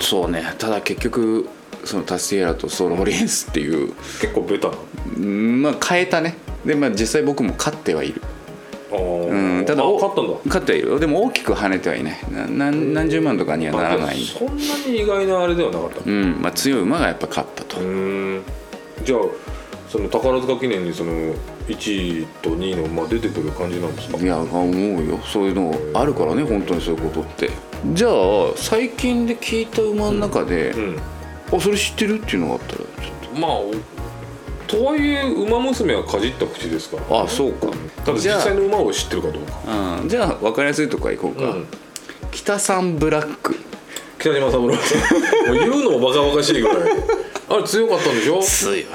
Speaker 2: そうねただ結局そのタスティエラとソローリエンスっていう、
Speaker 1: 結構ベタな
Speaker 2: うんまあ変えたねでまあ実際僕も勝ってはいる
Speaker 1: あー、
Speaker 2: うんただ
Speaker 1: あ
Speaker 2: お
Speaker 1: 勝ったんだ
Speaker 2: 勝ってはいるでも大きく跳ねてはいないな何何十万とかにはならない
Speaker 1: そんなに意外なあれではなかった
Speaker 2: うんまあ強い馬がやっぱ勝ったと
Speaker 1: うーんじゃあその宝塚記念にその1位と2位の馬出てくる感じなんですか
Speaker 2: いや思うよそういうのあるからね本当にそういうことってじゃあ最近で聞いた馬の中で、
Speaker 1: うん
Speaker 2: あそれ知ってるっていうのがあったらちょっ
Speaker 1: まあおとはいえ馬娘はかじった口ですから
Speaker 2: とあそうか
Speaker 1: ただ実
Speaker 2: じゃあ
Speaker 1: 際の馬を知ってるかどうか
Speaker 2: あーじゃあ分かりやすいとこから行こうか、
Speaker 1: うん
Speaker 2: 北さんブラック
Speaker 1: 北島三郎 もう言うのもバカバカしいぐらいあれ強かったんでしょ
Speaker 2: 強い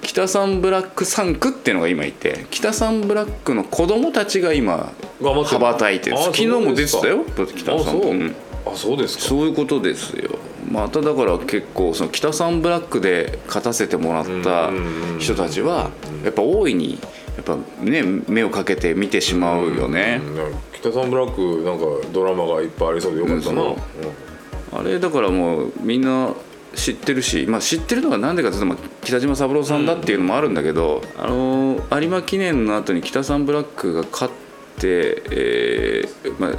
Speaker 2: 北さんブラック3区っていうのが今いて北さんブラックの子供たちが今
Speaker 1: 頑張って
Speaker 2: 羽ばたいてる
Speaker 1: あ
Speaker 2: 昨日も出てたよ
Speaker 1: そうですか
Speaker 2: 北
Speaker 1: あ
Speaker 2: さ
Speaker 1: そ
Speaker 2: ん
Speaker 1: う、
Speaker 2: うん
Speaker 1: あそうですか
Speaker 2: そういうことですよまただから結構その北さんブラックで勝たせてもらった
Speaker 1: うんうんうん
Speaker 2: 人たちはやっぱ大いにやっぱね目をかけて見てしまうよね、
Speaker 1: うんなんか北さんブラックなんかドラマがいっぱいありそうでよかったな、
Speaker 2: うんそうあれだからもうみんな知ってるし、まあ、知ってるのが何でかというとまあ北島三郎さんだっていうのもあるんだけど、あのー有馬記念の後に北さんブラックが勝って、えーまあ、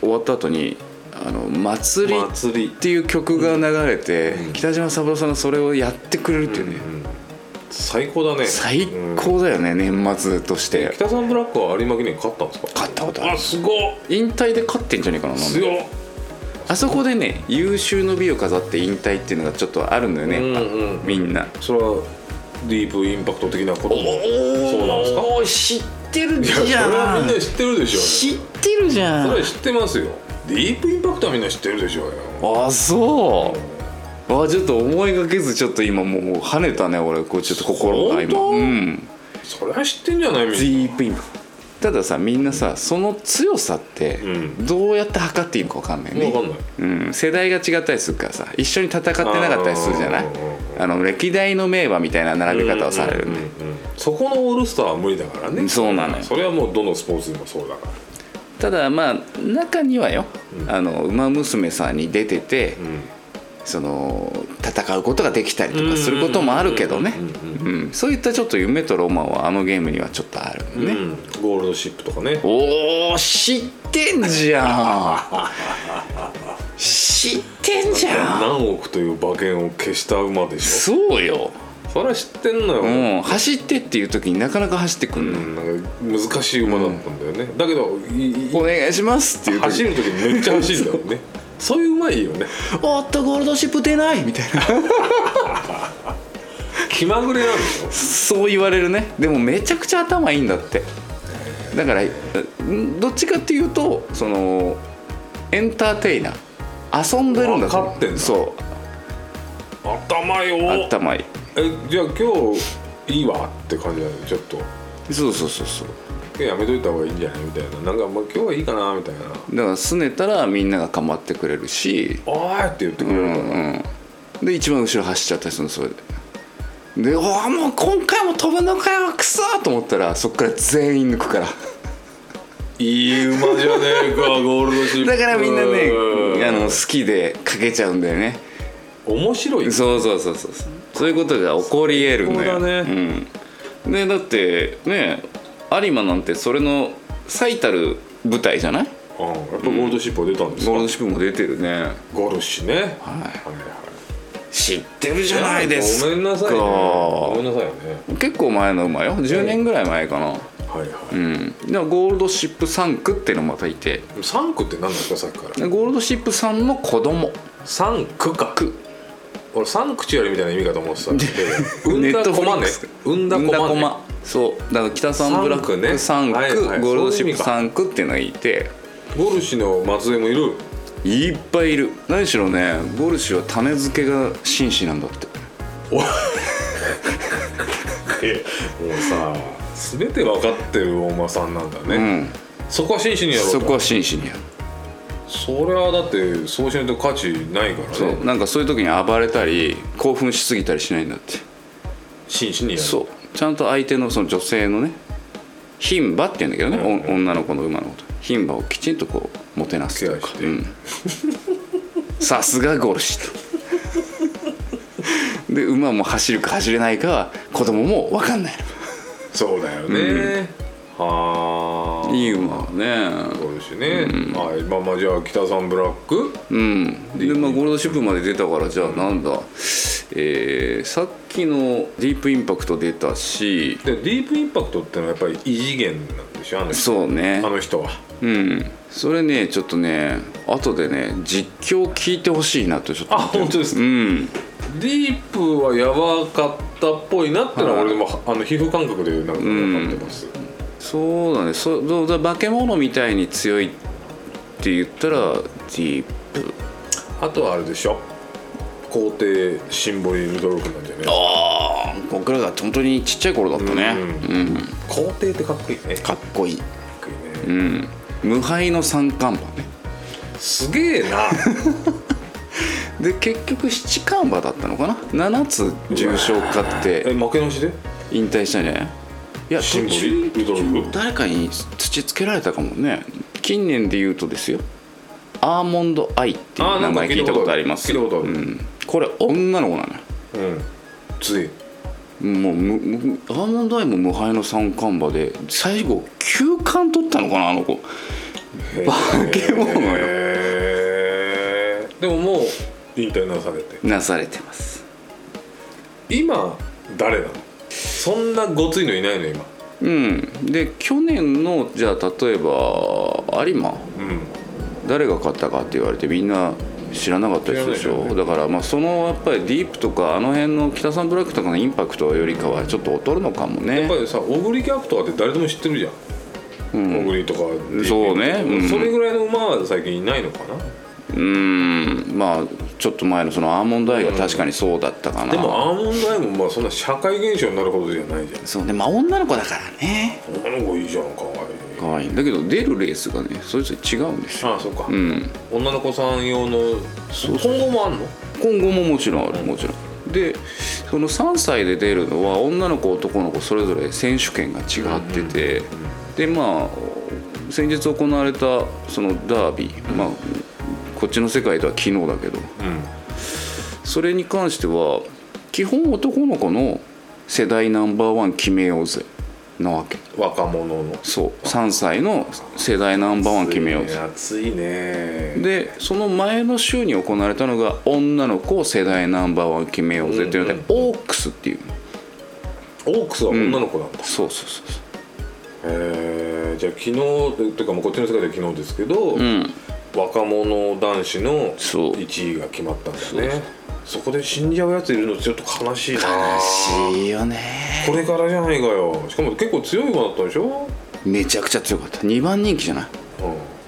Speaker 2: 終わった後にあの祭りっ
Speaker 1: 祭り
Speaker 2: ていう曲が流れて、北島三郎さんがそれをやってくれるっていうね、
Speaker 1: 最高だね
Speaker 2: 最
Speaker 1: うん
Speaker 2: 高だよね、年末として
Speaker 1: 北さんブラックは有馬記念勝ったんですか
Speaker 2: 勝ったことある
Speaker 1: すごっ
Speaker 2: 引退で勝ってんじゃねえかななんで
Speaker 1: 強っ
Speaker 2: あそこでね優秀の美を飾って引退っていうのがちょっとあるんだよね、
Speaker 1: うんうん
Speaker 2: みんな。
Speaker 1: それはディープインパクト的なこともそうなんですか
Speaker 2: おー知ってる
Speaker 1: いやそれはみんな知ってるでしょ
Speaker 2: 知ってるじゃ
Speaker 1: それ
Speaker 2: ん
Speaker 1: は知ってますよディープインパクトはみんな知ってるでしょうよ
Speaker 2: あそうあちょっと思いがけずちょっと今もうもう跳ねたね俺こうちょっと心が
Speaker 1: 本
Speaker 2: 今
Speaker 1: 当
Speaker 2: うん
Speaker 1: それは知ってんじゃないみんな
Speaker 2: ディープインパクトたださみんなさその強さって
Speaker 1: う
Speaker 2: どうやって測っていいのか分かんない
Speaker 1: 分
Speaker 2: ね
Speaker 1: かんない
Speaker 2: うん、世代が違ったりするからさ一緒に戦ってなかったりするじゃない
Speaker 1: あー
Speaker 2: あの歴代の名馬みたいな並べ方をされる
Speaker 1: うんうん
Speaker 2: ね
Speaker 1: うんうんそこのオールスターは無理だからね
Speaker 2: そうなのよ
Speaker 1: それはもうどのスポーツでもそうだから
Speaker 2: ただまあ中にはよ、あの馬娘さんに出てて、その戦うことができたりとかすることもあるけどねうんそういったちょっと夢とロマンはあのゲームにはちょっとある
Speaker 1: ね
Speaker 2: ね、
Speaker 1: ゴールドシップとかね
Speaker 2: おー知ってんじゃん知ってんじゃん
Speaker 1: 何億という馬券を消した馬でし
Speaker 2: そうよ、
Speaker 1: ょそれは知ってんのよ、
Speaker 2: うん、走ってっていう時になかなか走ってくんの、
Speaker 1: なんか難しい馬だったんだよね、だけどいい
Speaker 2: お願いしますっていう時
Speaker 1: 走
Speaker 2: に
Speaker 1: る時めっちゃ走るんだもんねそういう馬いいよね
Speaker 2: おっとゴールドシップ出ないみたいな
Speaker 1: 気まぐれなんでしょ
Speaker 2: そう言われるねでもめちゃくちゃ頭いいんだってだからんどっちかっていうとそのエンターテイナー遊んでるんだと思う
Speaker 1: わかってんだ
Speaker 2: そう
Speaker 1: 頭よ
Speaker 2: 頭い
Speaker 1: えじゃあ今日いいわって感じなのちょっと
Speaker 2: いそうそうそうそう
Speaker 1: 今日やめといた方がいいんじゃないみたいななんかまあ今日はいいかなみたいな
Speaker 2: だから拗ねたらみんなが構ってくれるし
Speaker 1: 「おーい!」って言ってくれ
Speaker 2: う
Speaker 1: る
Speaker 2: ん
Speaker 1: から、
Speaker 2: うんで一番後ろ走っちゃったりするのそれでで「おーもう今回も飛ぶのかよくそ!」と思ったらそっから全員抜くから
Speaker 1: いい馬じゃねえかゴールドシップ
Speaker 2: だからみんなね
Speaker 1: うん
Speaker 2: あの好きでかけちゃうんだよね
Speaker 1: 面白い
Speaker 2: そうそうそうそうそうそういうことが起こり得るのよ
Speaker 1: そうだ
Speaker 2: うん、でだってね有馬なんてそれの最たる舞台じゃない
Speaker 1: あやっぱゴールドシップは出たんです
Speaker 2: ゴー
Speaker 1: か、
Speaker 2: ルドシップも出てるね
Speaker 1: ゴルシね
Speaker 2: い
Speaker 1: はいはい
Speaker 2: 知ってるじゃないです
Speaker 1: ごめんなさいね
Speaker 2: か
Speaker 1: ごめんなさいね
Speaker 2: 結構前の馬よ10年ぐらい前かな
Speaker 1: はいは
Speaker 2: うんでもゴールドシップ3区っていうのもまたいて
Speaker 1: い三区って何なんですかさっきから
Speaker 2: でゴールドシップ3の子供
Speaker 1: 三区か
Speaker 2: 区
Speaker 1: 俺三口よりみたいな意味かと思ってたんで 産んだ駒ね
Speaker 2: Netflix
Speaker 1: 産んだ
Speaker 2: 産んだ
Speaker 1: 駒ね
Speaker 2: 駒そうだから北三ブラック
Speaker 1: 三区ね
Speaker 2: 3区、
Speaker 1: はいはい
Speaker 2: ゴールドシ
Speaker 1: そういう意
Speaker 2: ッ
Speaker 1: 味
Speaker 2: プ
Speaker 1: か
Speaker 2: 3区っていうのがいて
Speaker 1: ゴルシの末裔もいる
Speaker 2: いっぱいいる何しろねゴルシュは種付けが紳士なんだって
Speaker 1: もうさ全て分かってるお馬さんなんだね、
Speaker 2: うん
Speaker 1: そこは真摯にやろうと
Speaker 2: そこは紳士にやる
Speaker 1: それはだってそうしないと価値ないから
Speaker 2: そ
Speaker 1: ね
Speaker 2: うなんかそういう時に暴れたり興奮しすぎたりしないんだって
Speaker 1: 真摯にやる
Speaker 2: そうちゃんと相手のその女性のね牝馬って言うんだけどね、お女の子の馬のこと牝馬をきちんとこうもてなすというか
Speaker 1: ケアして
Speaker 2: うんさすがゴルシュとで馬も走るか走れないかは子供も分かんない
Speaker 1: そうだよね、はあ
Speaker 2: のいい馬はね
Speaker 1: そうですよね、はいまあまあじゃあ北さんブラック
Speaker 2: うんでまあゴールドシップまで出たからじゃあなんだえーさっきのディープインパクト出たし
Speaker 1: でディープインパクトってのはやっぱり異次元なんでしょあの人
Speaker 2: そうね
Speaker 1: あの人は
Speaker 2: うんそれねちょっとね後でね実況聞いてほしいなとちょっと
Speaker 1: あ
Speaker 2: 思ってる
Speaker 1: 本当ですか
Speaker 2: うん
Speaker 1: ディープはやばかったっぽいなってのは
Speaker 2: はい
Speaker 1: 俺でもあの皮膚感覚でなんか分かってます、
Speaker 2: そうだねそどうだ化け物みたいに強いって言ったらディープ
Speaker 1: あとはあれでしょ皇帝シンボリルドルフなんじゃね
Speaker 2: ああ僕らが本当にちっちゃい頃だったね
Speaker 1: う
Speaker 2: うん、
Speaker 1: 皇帝ってかっこいいねか
Speaker 2: かっこいい、
Speaker 1: っこいいね、
Speaker 2: うん、無敗の三冠馬ね
Speaker 1: すげえ な
Speaker 2: で結局七冠馬だったのかな7つ重賞勝っ
Speaker 1: え
Speaker 2: て
Speaker 1: 負けなしで
Speaker 2: 引退したんじゃないいや
Speaker 1: シン
Speaker 2: 途
Speaker 1: ボリ
Speaker 2: 中
Speaker 1: ルドルフ
Speaker 2: 誰かに土つけられたかもね近年で言うとですよアーモンドアイってい
Speaker 1: あー
Speaker 2: う名前
Speaker 1: なんか聞い
Speaker 2: 聞い
Speaker 1: た
Speaker 2: た
Speaker 1: こ
Speaker 2: ことと
Speaker 1: あ
Speaker 2: あ
Speaker 1: る
Speaker 2: りま
Speaker 1: 聞
Speaker 2: す
Speaker 1: いたことある
Speaker 2: うん、これ女の子なのよ
Speaker 1: うんつい
Speaker 2: もうむむアーモンドアイも無敗の三冠馬で最後9冠取ったのかなあの子
Speaker 1: 化
Speaker 2: け物よ
Speaker 1: でももう引退なされて
Speaker 2: なされてます
Speaker 1: 今誰なのそんなごついのいないの今
Speaker 2: うんで去年のじゃあ例えば有馬
Speaker 1: うん
Speaker 2: 誰が勝ったかって言われてみんな知らなかった人でし
Speaker 1: 知ら
Speaker 2: ょ
Speaker 1: ないよね
Speaker 2: だからまあそのやっぱりディープとかあの辺の北三ブラックとかのインパクトよりかはちょっと劣るのかも
Speaker 1: やっぱ
Speaker 2: ね
Speaker 1: りさオグリキャップとかって誰でも知ってるじゃん、オグリとか
Speaker 2: そうねうん
Speaker 1: それぐらいの馬は最近いないのかな、
Speaker 2: うんまあちょっと前のそのアーモンドアイが確かにそうだったかな
Speaker 1: でもアーモンドアイもまあそんな社会現象になるほどじゃないじゃん
Speaker 2: そうねまあ女の子だからね
Speaker 1: 女の子いいじゃんかわいい
Speaker 2: 可愛いだけど出るレースがねそれぞれ違うんですよ
Speaker 1: ああそうか、
Speaker 2: うん
Speaker 1: 女の子さん用の
Speaker 2: そう
Speaker 1: 今後もあんの
Speaker 2: 今後ももちろんあるもちろんでその3歳で出るのは女の子男の子それぞれ選手権が違ってて、でまあ先日行われたそのダービー、まあこっちの世界では昨日だけど
Speaker 1: うん
Speaker 2: それに関しては基本男の子の世代ナンバーワン決めようぜなわけ
Speaker 1: 若者の
Speaker 2: そう3歳の世代ナンバーワン決めようぜ
Speaker 1: 暑いね
Speaker 2: でその前の週に行われたのが女の子を世代ナンバーワン決めようぜっていうので、
Speaker 1: うん
Speaker 2: オークスっていう
Speaker 1: オークスは女の子なんだ、
Speaker 2: そうそうそうそ
Speaker 1: へえじゃあ昨日というかもうこっちの世界では昨日ですけど、
Speaker 2: ううん
Speaker 1: 若者男子の
Speaker 2: そう
Speaker 1: 1位が決まったんだよ
Speaker 2: そうそう
Speaker 1: ねそこで死んじゃうやついるのちょっと悲しいな
Speaker 2: 悲
Speaker 1: い
Speaker 2: しいよね
Speaker 1: これからじゃないかよしかも結構強い子だったでしょ、
Speaker 2: めちゃくちゃ強かった2番人気じゃない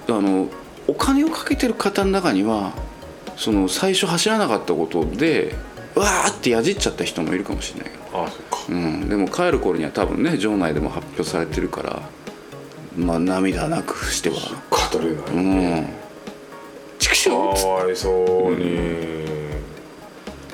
Speaker 1: うん、
Speaker 2: あのお金をかけてる方の中にはその最初走らなかったことでわーってやじっちゃった人もいるかもしれないけど、
Speaker 1: あそっか
Speaker 2: うん、でも帰る頃には多分ね場内でも発表されてるからまあ涙なくしては
Speaker 1: 語れない、
Speaker 2: うん畜生
Speaker 1: か
Speaker 2: っつって
Speaker 1: わいそうに、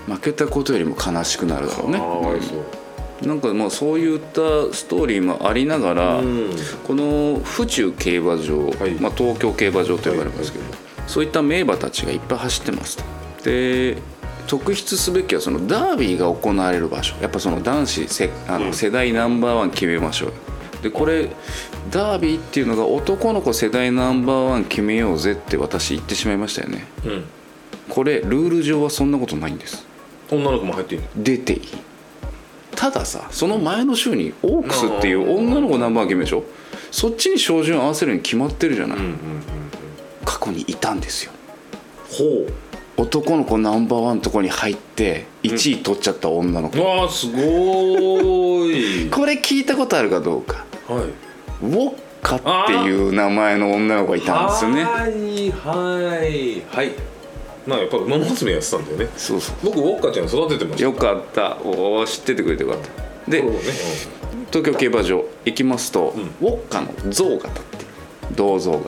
Speaker 2: 負けたことよりも悲しくなるだろう
Speaker 1: かわい
Speaker 2: ね
Speaker 1: そう、
Speaker 2: なんかまあそういったストーリーもありながら、
Speaker 1: うん
Speaker 2: この府中競馬場、
Speaker 1: はい
Speaker 2: まあ、東京競馬場と呼ばれますけど、そういった名馬たちがいっぱい走ってますとで特筆すべきはそのダービーが行われる場所やっぱその男子せあの世代ナンバーワン決めましょうよでこれダービーっていうのが男の子世代ナンバーワン決めようぜって私言ってしまいましたよね
Speaker 1: うん、
Speaker 2: これルール上はそんなことないんです
Speaker 1: 女の子も入っていいの
Speaker 2: 出ていいたださその前の週にオークスっていう女の子ナンバー決めでしょそっちに照準合わせるに決まってるじゃない、
Speaker 1: うんうん
Speaker 2: 過去にいたんですよ
Speaker 1: ほ
Speaker 2: 男の子ナンバーワンとこに入って1位取っちゃった女の子、
Speaker 1: うわあすご ーい
Speaker 2: これ聞いたことあるかどうか
Speaker 1: はい
Speaker 2: ウォッカっていう名前の女の子がいたんですよね
Speaker 1: はいはいはいまあやっぱ馬娘やってたんだよね
Speaker 2: そうそう
Speaker 1: 僕ウォッカちゃん育ててました
Speaker 2: よかったおー知っててくれてよかったで
Speaker 1: そうね
Speaker 2: 東京競馬場行きますと、
Speaker 1: ん
Speaker 2: ウォッカの像が立ってる銅像が
Speaker 1: うん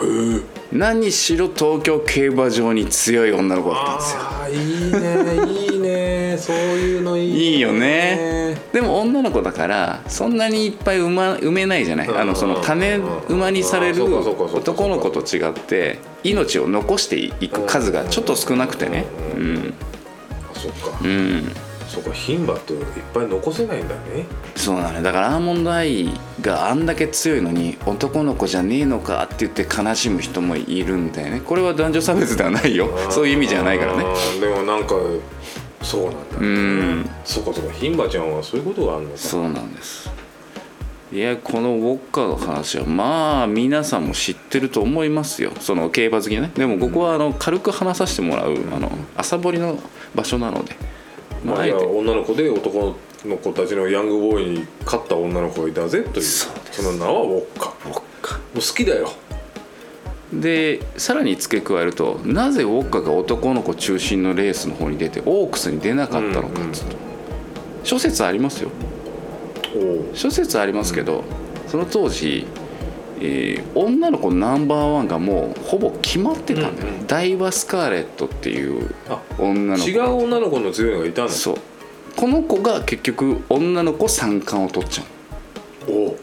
Speaker 1: へえ
Speaker 2: 何しろ東京競馬場に強い女の子だったんですよ
Speaker 1: ああーいいねいいねそういうのいい
Speaker 2: いいよねでも女の子だからそんなにいっぱい埋,、ま、埋めないじゃない
Speaker 1: うんうんう
Speaker 2: あ
Speaker 1: んうん
Speaker 2: のその種馬にされる
Speaker 1: あーそうかそうかそうかそうか
Speaker 2: 男の子と違って命を残していく数がちょっと少なくてね、うん
Speaker 1: そっか、
Speaker 2: うん
Speaker 1: そっか牝馬っていっぱい残せないんだね
Speaker 2: そうなのよだからアーモンドアイがあんだけ強いのに男の子じゃねえのかって言って悲しむ人もいるんだよねこれは男女差別ではないよそういう意味じゃないから
Speaker 1: あ
Speaker 2: ね
Speaker 1: ーでもなんかそうなんだね
Speaker 2: うん
Speaker 1: そっかそっか牝馬ちゃんはそういうことがあるのか
Speaker 2: そうなんですいやこのウォッカーの話はまあ皆さんも知ってると思いますよその競馬好きねでもここはあの軽く話させてもらうあの朝掘りの場所なのでま
Speaker 1: ま
Speaker 2: あ
Speaker 1: あ、
Speaker 2: あ
Speaker 1: い
Speaker 2: え
Speaker 1: や
Speaker 2: て
Speaker 1: 女の子で男の子たちのヤングボーイに勝った女の子がいたぜという
Speaker 2: そ
Speaker 1: そうの
Speaker 2: で
Speaker 1: 名はウォッカウォッカもう好きだよ
Speaker 2: でさらに付け加えるとなぜウォッカが男の子中心のレースの方に出てオークスに出なかったのかっつうと、諸説ありますよ
Speaker 1: おお
Speaker 2: 諸説ありますけど、その当時、えー女の子ナンバーワンがもうほぼ決まってたんだよ、
Speaker 1: うんう
Speaker 2: ダイワ・スカーレットっていう
Speaker 1: あ
Speaker 2: 女の子
Speaker 1: 違う女の子の強いのがいたの
Speaker 2: そうこの子が結局女の子3冠を取っちゃう
Speaker 1: おお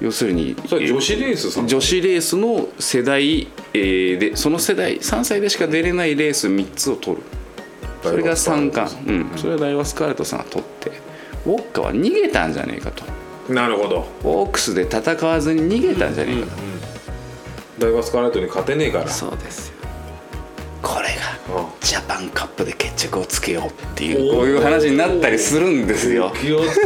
Speaker 2: 要するに
Speaker 1: それは女子レースさん
Speaker 2: 女子レースの世代、えーでその世代3歳でしか出れないレース3つを取るそれが3冠、うん、それはダイワスカーレットさんが取ってウォッカは逃げたんじゃねえかと
Speaker 1: なるほど
Speaker 2: オークスで戦わずに逃げたんじゃねえかと、
Speaker 1: ダイバースカーレットに勝てね えから
Speaker 2: そうですよこれが
Speaker 1: あ
Speaker 2: ジャパンカップで決着をつけようってい
Speaker 1: お
Speaker 2: う
Speaker 1: ー
Speaker 2: こういう話になったりするんですよ
Speaker 1: 激アツ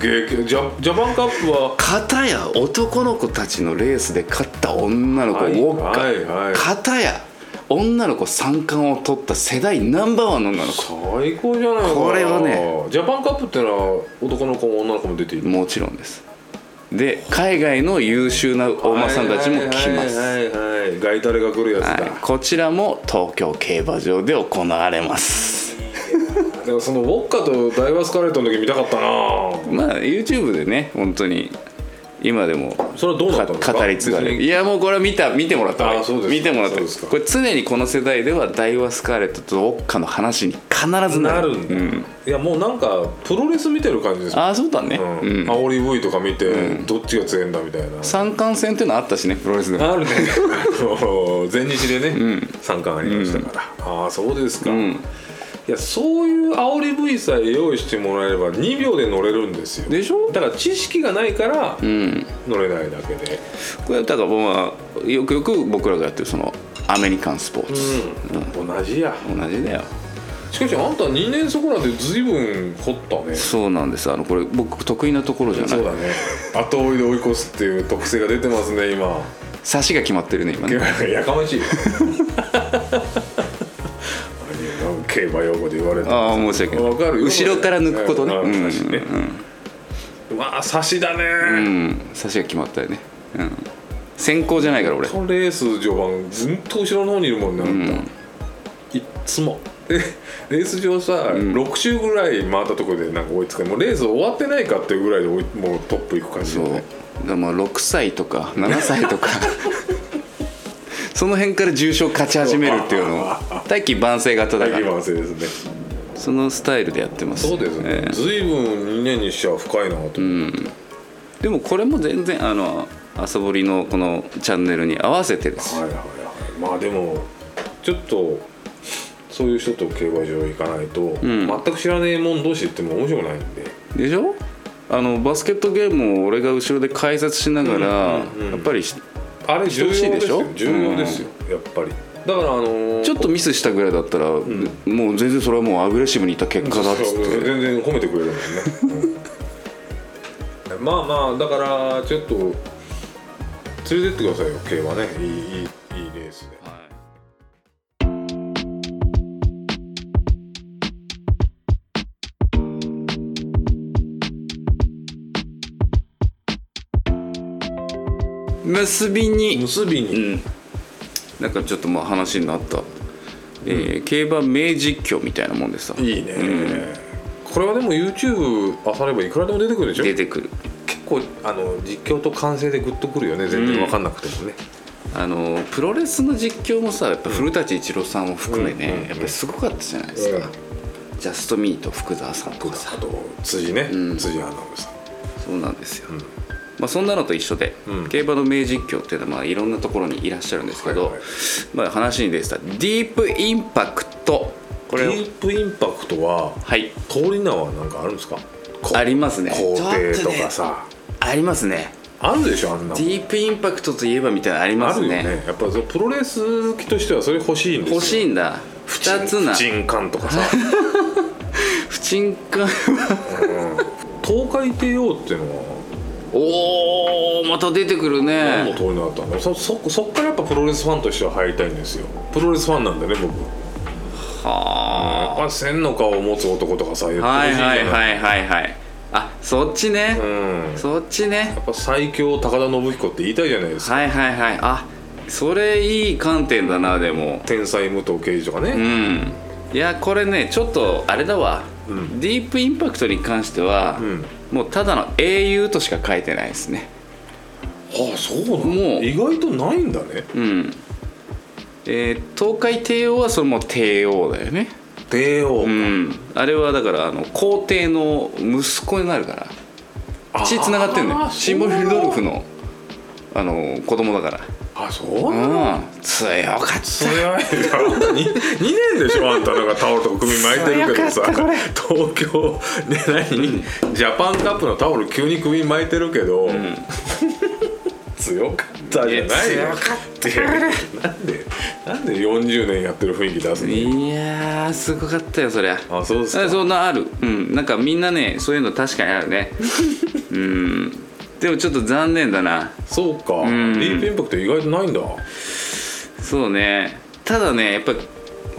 Speaker 1: 激ジャジャパンカップは
Speaker 2: 片や男の子たちのレースで勝った女の子、
Speaker 1: はい
Speaker 2: ウォッカ、
Speaker 1: はいはい
Speaker 2: 片や女の子三冠を取った世代ナンバーワンの女の子
Speaker 1: 最高じゃないかな
Speaker 2: これはね
Speaker 1: ジャパンカップってのは男の子も女の子も出ている
Speaker 2: もちろんですで海外の優秀なお馬さんたちも来ます
Speaker 1: は
Speaker 2: はい
Speaker 1: いはいはいはいガイタレが来るやつだ、
Speaker 2: こちらも東京競馬場で行われます
Speaker 1: でもそのウォッカとダイバースカーレットの時見たかったな
Speaker 2: まあ YouTube でね本当に今でも
Speaker 1: それはどうなったんですか
Speaker 2: か語り継がれ
Speaker 1: 別
Speaker 2: る
Speaker 1: に
Speaker 2: いやもうこれは見た見てもらった方がいい
Speaker 1: あそうです
Speaker 2: 見てもらっ
Speaker 1: そう
Speaker 2: た方がい
Speaker 1: で
Speaker 2: い
Speaker 1: すか
Speaker 2: これ常にこの世代ではダイワスカーレットとウォッカの話に必ずなる
Speaker 1: なるんだ、
Speaker 2: うん、
Speaker 1: いやもうなんかプロレス見てる感じですもん
Speaker 2: ああそうだね、
Speaker 1: うん
Speaker 2: うん
Speaker 1: 煽り V とか見て、どっちが強いんだみたいな
Speaker 2: 三冠戦っていうのあったしねプロレスでも
Speaker 1: ある ね前日でね、三冠ありましたから、ああそうですか、
Speaker 2: ん
Speaker 1: いやそういう煽り V さえ用意してもらえれば2秒で乗れるんですよ
Speaker 2: でしょ
Speaker 1: だから知識がないから
Speaker 2: うん
Speaker 1: 乗れないだけで、
Speaker 2: これだからまあよくよく僕らがやってるそのアメリカンスポーツ、
Speaker 1: 同じや
Speaker 2: うん同じだよ
Speaker 1: しかしあんた2年そこらで随分掘ったね
Speaker 2: そうなんですあのこれ僕得意なところじゃない
Speaker 1: そうだね 後追いで追い越すっていう特性が出てますね今
Speaker 2: 差しが決まってるね今ね
Speaker 1: やかましい競馬用語で言われて
Speaker 2: ああ申し訳ない
Speaker 1: わかるよ
Speaker 2: 後ろから抜くことね
Speaker 1: うん
Speaker 2: うん、
Speaker 1: 確かにねまあ差しだね、
Speaker 2: うん、差しが決まったよね、うん、先行じゃないから俺
Speaker 1: このレース序盤ずっと後ろの方にいるもんね、あんたいっつもでレース上さ、6周ぐらい回ったところでなんか追いつかないもうレース終わってないかっていうぐらいで追いもうトップいく感じ
Speaker 2: そ
Speaker 1: だ
Speaker 2: う
Speaker 1: ね
Speaker 2: だからまあ6歳とか7歳 とかその辺から重賞勝ち始めるっていうのを大器晩成型だ
Speaker 1: 大
Speaker 2: か
Speaker 1: 気
Speaker 2: ら
Speaker 1: 晩成ですね
Speaker 2: そのスタイルでやってます
Speaker 1: そうですね
Speaker 2: ええ
Speaker 1: 随分2年にしちゃ深いなと、
Speaker 2: でもこれも全然あの朝掘りのこのチャンネルに合わせてです
Speaker 1: はいはいはいまあでもちょっとそういう人と競馬場行かないと、
Speaker 2: ん
Speaker 1: 全く知らねえもん同士で言っても面白くないんで
Speaker 2: でしょあのバスケットゲームを俺が後ろで解説しながら、
Speaker 1: うんうんうん
Speaker 2: やっぱりし
Speaker 1: あれ重要です
Speaker 2: 等しい
Speaker 1: よ
Speaker 2: でしょ
Speaker 1: 重要ですよ、やっぱりだからあのー
Speaker 2: ちょっとミスしたぐらいだったら、もう全然それはもうアグレッシブにいった結果だっつ
Speaker 1: そう
Speaker 2: って
Speaker 1: 全然褒めてくれるもんね、うんまあまあだからちょっと連れてってくださいよ競馬ねいいいいいいレースで
Speaker 2: はい結びに
Speaker 1: 結びに、
Speaker 2: うん、なんかちょっとまあ話になった、えー競馬名実況みたいなもんでさ
Speaker 1: いいね、これはでも YouTube あさればいくらでも出てくるでしょ
Speaker 2: 出てくる
Speaker 1: 結構あの実況と完成でグッとくるよね全然分かんなくてもね、
Speaker 2: あのプロレスの実況もさやっぱ古舘伊知郎さんを含めね、やっぱりすごかったじゃないですか、ジャストミート福澤さんとかさ
Speaker 1: あと辻ね、
Speaker 2: うん
Speaker 1: 辻アナウンサ
Speaker 2: そうなんですよ、
Speaker 1: ん
Speaker 2: まあ、そんなのと一緒で、
Speaker 1: うん
Speaker 2: 競馬の名実況っていうのはまあいろんなところにいらっしゃるんですけど、
Speaker 1: はいはい
Speaker 2: まあ、話に出てたディープインパクトここ
Speaker 1: デ
Speaker 2: れを
Speaker 1: ィープインパクトは
Speaker 2: はい
Speaker 1: 通り名はなんかあるんですか
Speaker 2: ありますね
Speaker 1: 工程
Speaker 2: ちょ
Speaker 1: と
Speaker 2: っね
Speaker 1: かさ
Speaker 2: ありますね
Speaker 1: あるでしょあんなも
Speaker 2: デ
Speaker 1: ん
Speaker 2: ィープインパクトといえばみたいなのありま
Speaker 1: あ
Speaker 2: す
Speaker 1: るよ
Speaker 2: ね
Speaker 1: ねやっぱそのプロレス好きとしてはそれ欲しいんですよ
Speaker 2: 欲しいんだ2つな
Speaker 1: 人感とか さ
Speaker 2: 不沈感は
Speaker 1: 東海帝王っていうのは
Speaker 2: おーまた出てくる
Speaker 1: 何の
Speaker 2: ね
Speaker 1: 通り名だったのそそそっからやっぱプロレスファンとしては入りたいんですよプロレスファンなんだね僕
Speaker 2: は
Speaker 1: やっぱ千の顔を持つ男とかさ言って
Speaker 2: あ
Speaker 1: ほし
Speaker 2: はいい
Speaker 1: じゃな、
Speaker 2: はいいはいはいはいあそっちね
Speaker 1: うんや
Speaker 2: そっちね
Speaker 1: っぱ最強高田信彦って言いたいじゃないですか、
Speaker 2: はいはいはいあそれいい観点だなでも
Speaker 1: 天才武藤刑事とかね、
Speaker 2: うんいやこれねちょっとあれだわ、
Speaker 1: うん
Speaker 2: ディープインパクトに関しては、
Speaker 1: ん
Speaker 2: もうただの英雄としか書いてないですね
Speaker 1: ああそうなの
Speaker 2: もう
Speaker 1: 意外とないんだね
Speaker 2: うんえー東海帝王はそれも帝王だよね
Speaker 1: 帝王、
Speaker 2: うんあれはだからあの皇帝の息子になるから
Speaker 1: あー
Speaker 2: 血つながってるのよシンボルルドルフ
Speaker 1: そう
Speaker 2: のあの子供だから
Speaker 1: あそうなの
Speaker 2: うん強かった
Speaker 1: それはに2年でしょあんたなんかタオルとか首巻いてるけどさ
Speaker 2: そりゃかっ
Speaker 1: 東京ね何、ジャパンカップのタオル急に首巻いてるけど、強かったじゃない
Speaker 2: い
Speaker 1: よ
Speaker 2: や強かった
Speaker 1: いやなんでなんで40年やってる雰囲気出すの
Speaker 2: いやーすごかったよそりゃ
Speaker 1: あそうですか
Speaker 2: そんなあるうんなんかみんなねそういうの確かにあ るねうんでもちょっと残念だな
Speaker 1: そうか、
Speaker 2: ん
Speaker 1: ディープインパクト意外とないんだ
Speaker 2: そうねただねやっぱ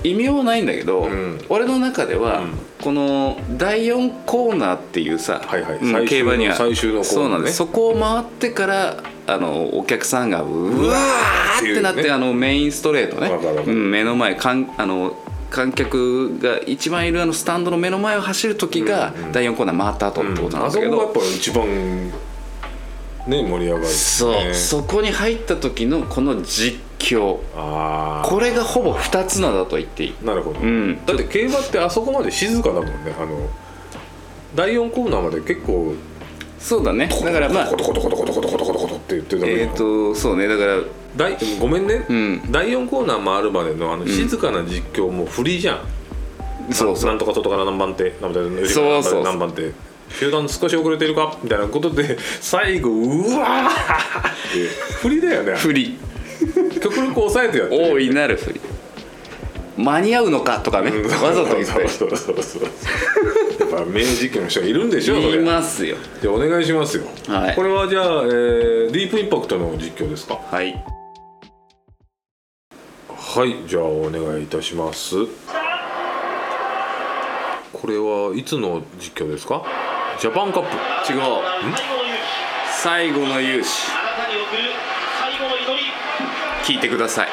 Speaker 2: 異名はないんだけど、
Speaker 1: ん
Speaker 2: 俺の中では、
Speaker 1: ん
Speaker 2: この第4コーナーっていうさ、
Speaker 1: はいはい
Speaker 2: う
Speaker 1: 最終
Speaker 2: ん
Speaker 1: の
Speaker 2: 競馬には
Speaker 1: 最終のコーナーね
Speaker 2: そうなんですそこを回ってからあのお客さんがうわーってなって
Speaker 1: っていうね
Speaker 2: あのメインストレートね
Speaker 1: わかるわかる
Speaker 2: うん目の前かんあの観客が一番いるあのスタンドの目の前を走る時が、第4コーナー回った後ってことなん
Speaker 1: あ
Speaker 2: だ
Speaker 1: そ
Speaker 2: け
Speaker 1: こ
Speaker 2: ど、
Speaker 1: がやっぱ一番ね盛り上がる、ね、
Speaker 2: そうそこに入った時のこの実況
Speaker 1: ああ
Speaker 2: これがほぼ2つ名だと言っていい
Speaker 1: なるほど、
Speaker 2: うん
Speaker 1: だって競馬ってあそこまで静かだもんねあの第4コーナーまで結構
Speaker 2: そうだねだからまあ
Speaker 1: コトコトコトコトコトコトコトコトって言ってたけど、
Speaker 2: えっ、とそうねだから
Speaker 1: 第ごめんね、
Speaker 2: ん
Speaker 1: 第4コーナー回るまでのあの静かな実況もフリーじゃん、
Speaker 2: そうそう
Speaker 1: なんとかととか何番手何番手
Speaker 2: そうそう
Speaker 1: 何番手集団少し遅れてるかみたいなことで最後うわーって振りだよね
Speaker 2: 振り
Speaker 1: 極力抑えてやって
Speaker 2: 大いなる振り間に合うのかとかね
Speaker 1: うん
Speaker 2: わざと言って
Speaker 1: そうそうそうそうやっぱ明治期の人がいるんでしょそ
Speaker 2: 言い
Speaker 1: れ
Speaker 2: ますよ
Speaker 1: じゃあお願いしますよ、
Speaker 2: はい
Speaker 1: これはじゃあ、えーディープインパクトの実況ですか
Speaker 2: はい
Speaker 1: はいじゃあお願いいたしますこれはいつの実況ですかジャパンカップ
Speaker 2: 違う
Speaker 3: 最後
Speaker 2: 最
Speaker 3: の勇
Speaker 2: 後の勇姿
Speaker 3: あなたに送る最後の祈り
Speaker 2: 聞いてください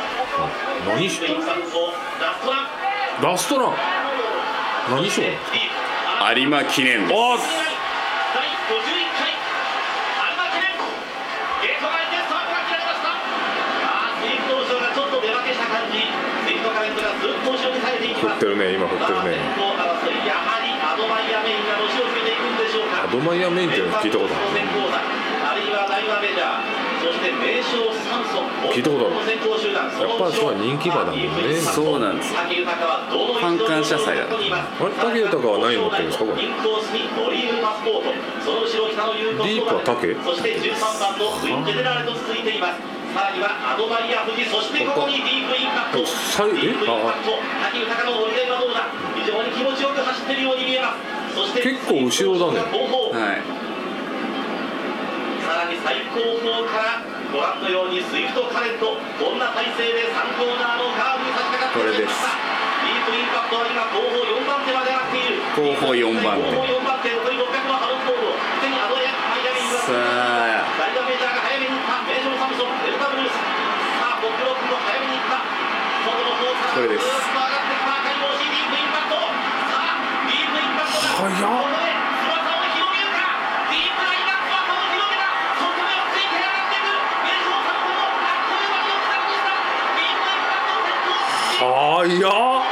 Speaker 1: 何し
Speaker 3: ベイサンズをラストラン
Speaker 1: ラストラン何しよう
Speaker 3: リーグ
Speaker 2: 有馬記念です
Speaker 1: あ
Speaker 3: 第51回有馬記念ゲート前でスタートが切られましたあースイープの後ろがちょっと出分けした感じスイープのカレントがずっと後ろにされていき
Speaker 1: 振
Speaker 3: ま
Speaker 1: っ
Speaker 3: す
Speaker 1: てるね今振ってる
Speaker 3: さあ先
Speaker 1: ね
Speaker 3: 行争いやはりアドバイアメインが後ろをつけていくんでしょう
Speaker 1: ア
Speaker 3: か
Speaker 1: ドマイアメインっていうの聞いたことある
Speaker 3: あるいはダイワメジャーそして名将サムソン
Speaker 1: 聞いたことある
Speaker 3: 先行集団
Speaker 1: やっぱりそうは人気馬だもんね
Speaker 2: そうなんです
Speaker 3: 武豊はどの
Speaker 2: 反感謝祭だから
Speaker 1: あれ武豊は何持ってるんですかこれ
Speaker 3: インコースにオリーブパスポートその後ろ北の有効
Speaker 1: ディープは竹
Speaker 3: そして13番のウィンジェネラルと続いていますさらにはアドバイア富士そしてここにディープインパクト
Speaker 1: 最
Speaker 3: ディープイン
Speaker 1: え
Speaker 3: パクト武豊の折り合いはどうだ非常に気持ちよく走ってるように見えますそして
Speaker 1: 結構後ろだね
Speaker 3: 後方
Speaker 2: はい
Speaker 3: さらに最高峰からご覧のようにスイフトカレントこんな体勢で3コーナーのカーブに差し掛かってきましたディープインパクトは今後方4番手まで上がっている
Speaker 2: 後方4番手
Speaker 3: 後方4番手残り600のハロンボールを手にアドエアマイアミング
Speaker 2: さあ
Speaker 3: ダイダメージャーが早めに行った名城サムソンデルタブルースさあボックロックも早めに行った外の方
Speaker 2: これ
Speaker 3: から
Speaker 2: です
Speaker 3: ずーっと上がってきた赤い帽子ディープインパクトさあディープインパクトだ
Speaker 1: 早っ
Speaker 3: ここで翼を広げるかディープラインが翼を広げたそこ目をついて上がっていく名城サムソンもあっという間に奥にしたディープインパクト先
Speaker 1: 早
Speaker 3: 頭
Speaker 1: っ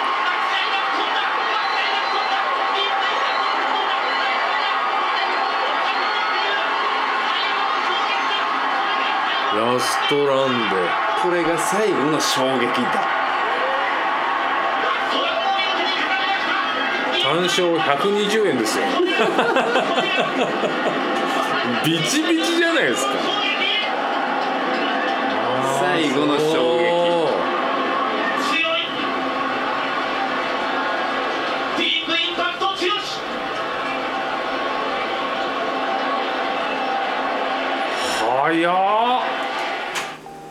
Speaker 1: ラストランで
Speaker 2: これが最後の衝撃だ
Speaker 3: それを見事に語り
Speaker 1: 単勝120円 ですよビチビチじゃないですか
Speaker 2: 最後の衝
Speaker 1: おー
Speaker 2: 撃
Speaker 3: 強いディープインパクト強し
Speaker 1: 早っ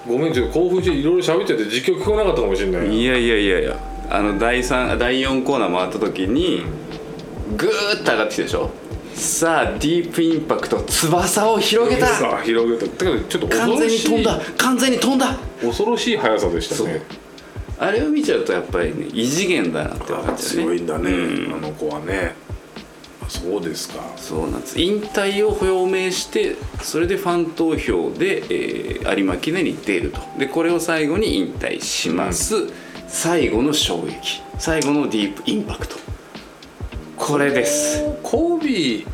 Speaker 1: ごめんちょっと興奮していろいろ喋ってて実況聞こえなかったかもしれない
Speaker 2: いやいやいやいやあの第3第4コーナー回った時にグーッと上がってきたでしょさあディープインパクト翼を広げた
Speaker 1: さあ広げただけどちょっと恐
Speaker 2: 完全
Speaker 1: ろ
Speaker 2: に
Speaker 1: し
Speaker 2: 飛ん
Speaker 1: い
Speaker 2: だ完全に飛んだ
Speaker 1: 恐ろしい速さでしたね
Speaker 2: あれを見ちゃうとやっぱりね異次元だなって分かっちゃう
Speaker 1: 強
Speaker 2: ね
Speaker 1: いんだね、
Speaker 2: う
Speaker 1: あの子はねあそうですか
Speaker 2: そうなんです引退を表明してそれでファン投票で、えー有馬記念に出るとでこれを最後に引退します、最後の衝撃最後のディープインパクトこれです
Speaker 1: コービ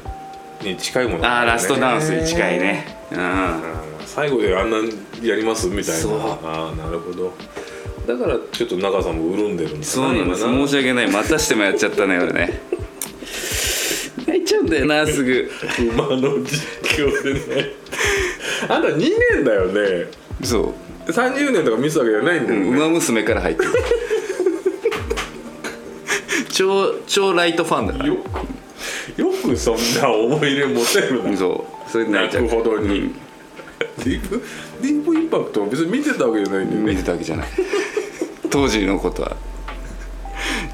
Speaker 1: ーに近いもの
Speaker 2: あーラストダンスに近
Speaker 1: ね
Speaker 2: いねうん
Speaker 1: あー最後であんなやりますみたいな
Speaker 2: そう
Speaker 1: ああなるほどだからちょっと中さんも潤んでるんだ
Speaker 2: そうなんです申し訳ないまたしてもやっちゃったね俺ね泣いちゃうんだよなすぐ
Speaker 1: 馬の実況でねあんた2年だよね
Speaker 2: そう
Speaker 1: 30年とか見てたわけじゃないんだよね、
Speaker 2: 馬娘から入って る超超ライトファンだから
Speaker 1: よくよくそんな思い入れ持てるな
Speaker 2: そうそれで泣いちゃう
Speaker 1: 泣くほどに
Speaker 2: うん
Speaker 1: ディープディープインパクトは別に見てたわけじゃないんだよね
Speaker 2: 見てたわけじゃない当時のことは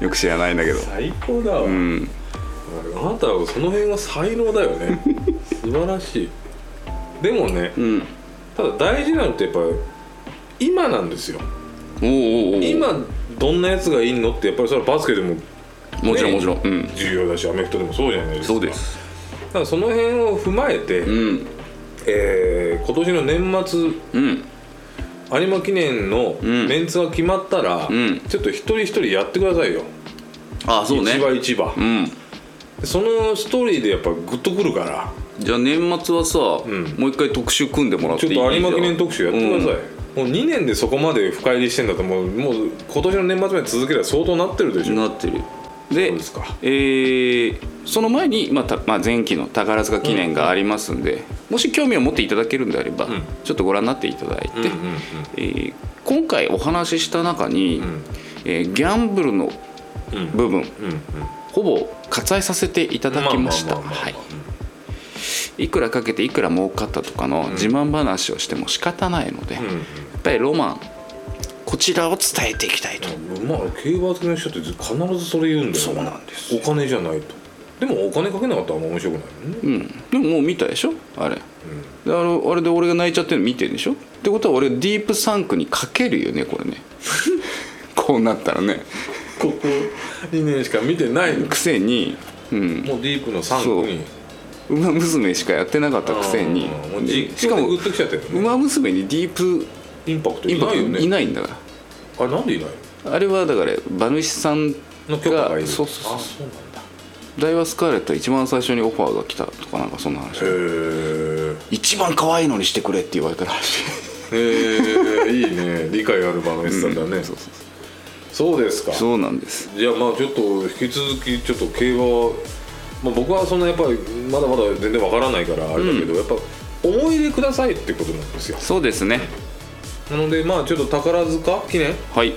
Speaker 2: よく知らないんだけど
Speaker 1: 最高だわ、
Speaker 2: うん
Speaker 1: あなたはその辺が才能だよ ね素晴らしいでもね
Speaker 2: うん
Speaker 1: ただ大事なのってやっぱ今なんですよ
Speaker 2: おうおうおう
Speaker 1: 今どんなやつがいいのってやっぱりそれはバスケでも
Speaker 2: もちろん
Speaker 1: ね
Speaker 2: もちろんうん
Speaker 1: 重要だしアメフトでもそうじゃないですか
Speaker 2: そうです
Speaker 1: だからその辺を踏まえて、
Speaker 2: うん
Speaker 1: えー今年の年末
Speaker 2: うん
Speaker 1: 有馬記念の
Speaker 2: ん
Speaker 1: メンツが決まったら、
Speaker 2: ん
Speaker 1: ちょっと一人一人やってくださいよ、
Speaker 2: あそうね
Speaker 1: 一場一場、
Speaker 2: うん
Speaker 1: そのストーリーでやっぱグッとくるから
Speaker 2: じゃあ年末はさ、
Speaker 1: ん
Speaker 2: もう一回特集組んでもらっ
Speaker 1: ち
Speaker 2: て
Speaker 1: ょ
Speaker 2: い
Speaker 1: っと有
Speaker 2: い
Speaker 1: 馬記念特集やってください、もう
Speaker 2: うん
Speaker 1: 2年でそこまで深入りしてんだともうもう今年の年末まで続ければ相当なってるでしょ
Speaker 2: なってるで
Speaker 1: そうですか
Speaker 2: えーその前に、まあたまあ、前期の宝塚記念がありますんで、もし興味を持っていただけるんであれば、
Speaker 1: ん
Speaker 2: ちょっとご覧になっていただいて、
Speaker 1: うんうんうん
Speaker 2: えー今回お話しした中に、
Speaker 1: ん
Speaker 2: えーギャンブルの
Speaker 1: うん
Speaker 2: 部分、
Speaker 1: うんうん
Speaker 2: ほぼ割愛させていただきました
Speaker 1: まあまあまあまあ
Speaker 2: はいいくらかけていくら儲かったとかの自慢話をしても仕方ないので、
Speaker 1: うん
Speaker 2: やっぱりロマンこちらを伝えていきたいと
Speaker 1: うんまあ競馬好きの人って必ずそれ言うんだよ
Speaker 2: そうなんです
Speaker 1: お金じゃないとでもお金かけなかったらあんま面白くないよね
Speaker 2: うん、でももう見たでしょあれ、であのあれで俺が泣いちゃってるの見てるでしょってことは俺ディープサンクにかけるよねこれね こうなったらね
Speaker 1: ここ2年しか見てないの
Speaker 2: くせに、うん、
Speaker 1: もうディープの3区に
Speaker 2: 馬娘しかやってなかったくせに
Speaker 1: うんもう
Speaker 2: でし
Speaker 1: 実
Speaker 2: か
Speaker 1: 況で
Speaker 2: も
Speaker 1: グッときちゃってるね
Speaker 2: 馬娘にディープ
Speaker 1: インパクト
Speaker 2: イ
Speaker 1: い
Speaker 2: ンパ
Speaker 1: ないよ
Speaker 2: クトい
Speaker 1: ね
Speaker 2: ないんだか
Speaker 1: あれなんでいない
Speaker 2: らあれはだから馬主さん
Speaker 1: のの許可がいる
Speaker 2: そうそう
Speaker 1: あ
Speaker 2: そ
Speaker 1: そうなんだ
Speaker 2: うダイワスカーレットは一番最初にオファーが来たとかなんかそんな話
Speaker 1: へえ
Speaker 2: 一番可愛いのにしてくれって言われたらしい
Speaker 1: へえいいね理解ある馬主さんだね、そうですか
Speaker 2: そうなんです
Speaker 1: じゃあまあちょっと引き続きちょっと競馬は、まあ、僕はそんなやっぱりまだまだ全然わからないからあれだけど、やっぱ思い入れくださいってことなんですよ
Speaker 2: そうですね
Speaker 1: なのでまあちょっと宝塚記念
Speaker 2: はい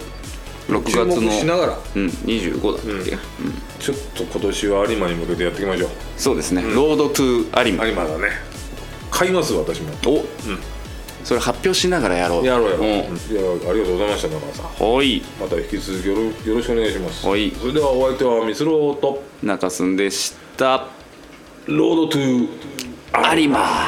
Speaker 2: 6
Speaker 1: 注
Speaker 2: 月
Speaker 1: 目しな
Speaker 2: の
Speaker 1: がら
Speaker 2: うん25だっけ、うん
Speaker 1: ちょっと今年は有馬に向けてやっていきましょう
Speaker 2: そうですね、ロードトゥー有馬
Speaker 1: 有馬だね買います私も
Speaker 2: お、それ発表しながらやろう
Speaker 1: やろうやろう、
Speaker 2: ん
Speaker 1: いやありがとうございました中川さん
Speaker 2: はい
Speaker 1: また引き続きよろよろしくお願いします、
Speaker 2: はい
Speaker 1: それではお相手はミスローと
Speaker 2: 中須んでした
Speaker 1: ロードトゥー
Speaker 2: 有馬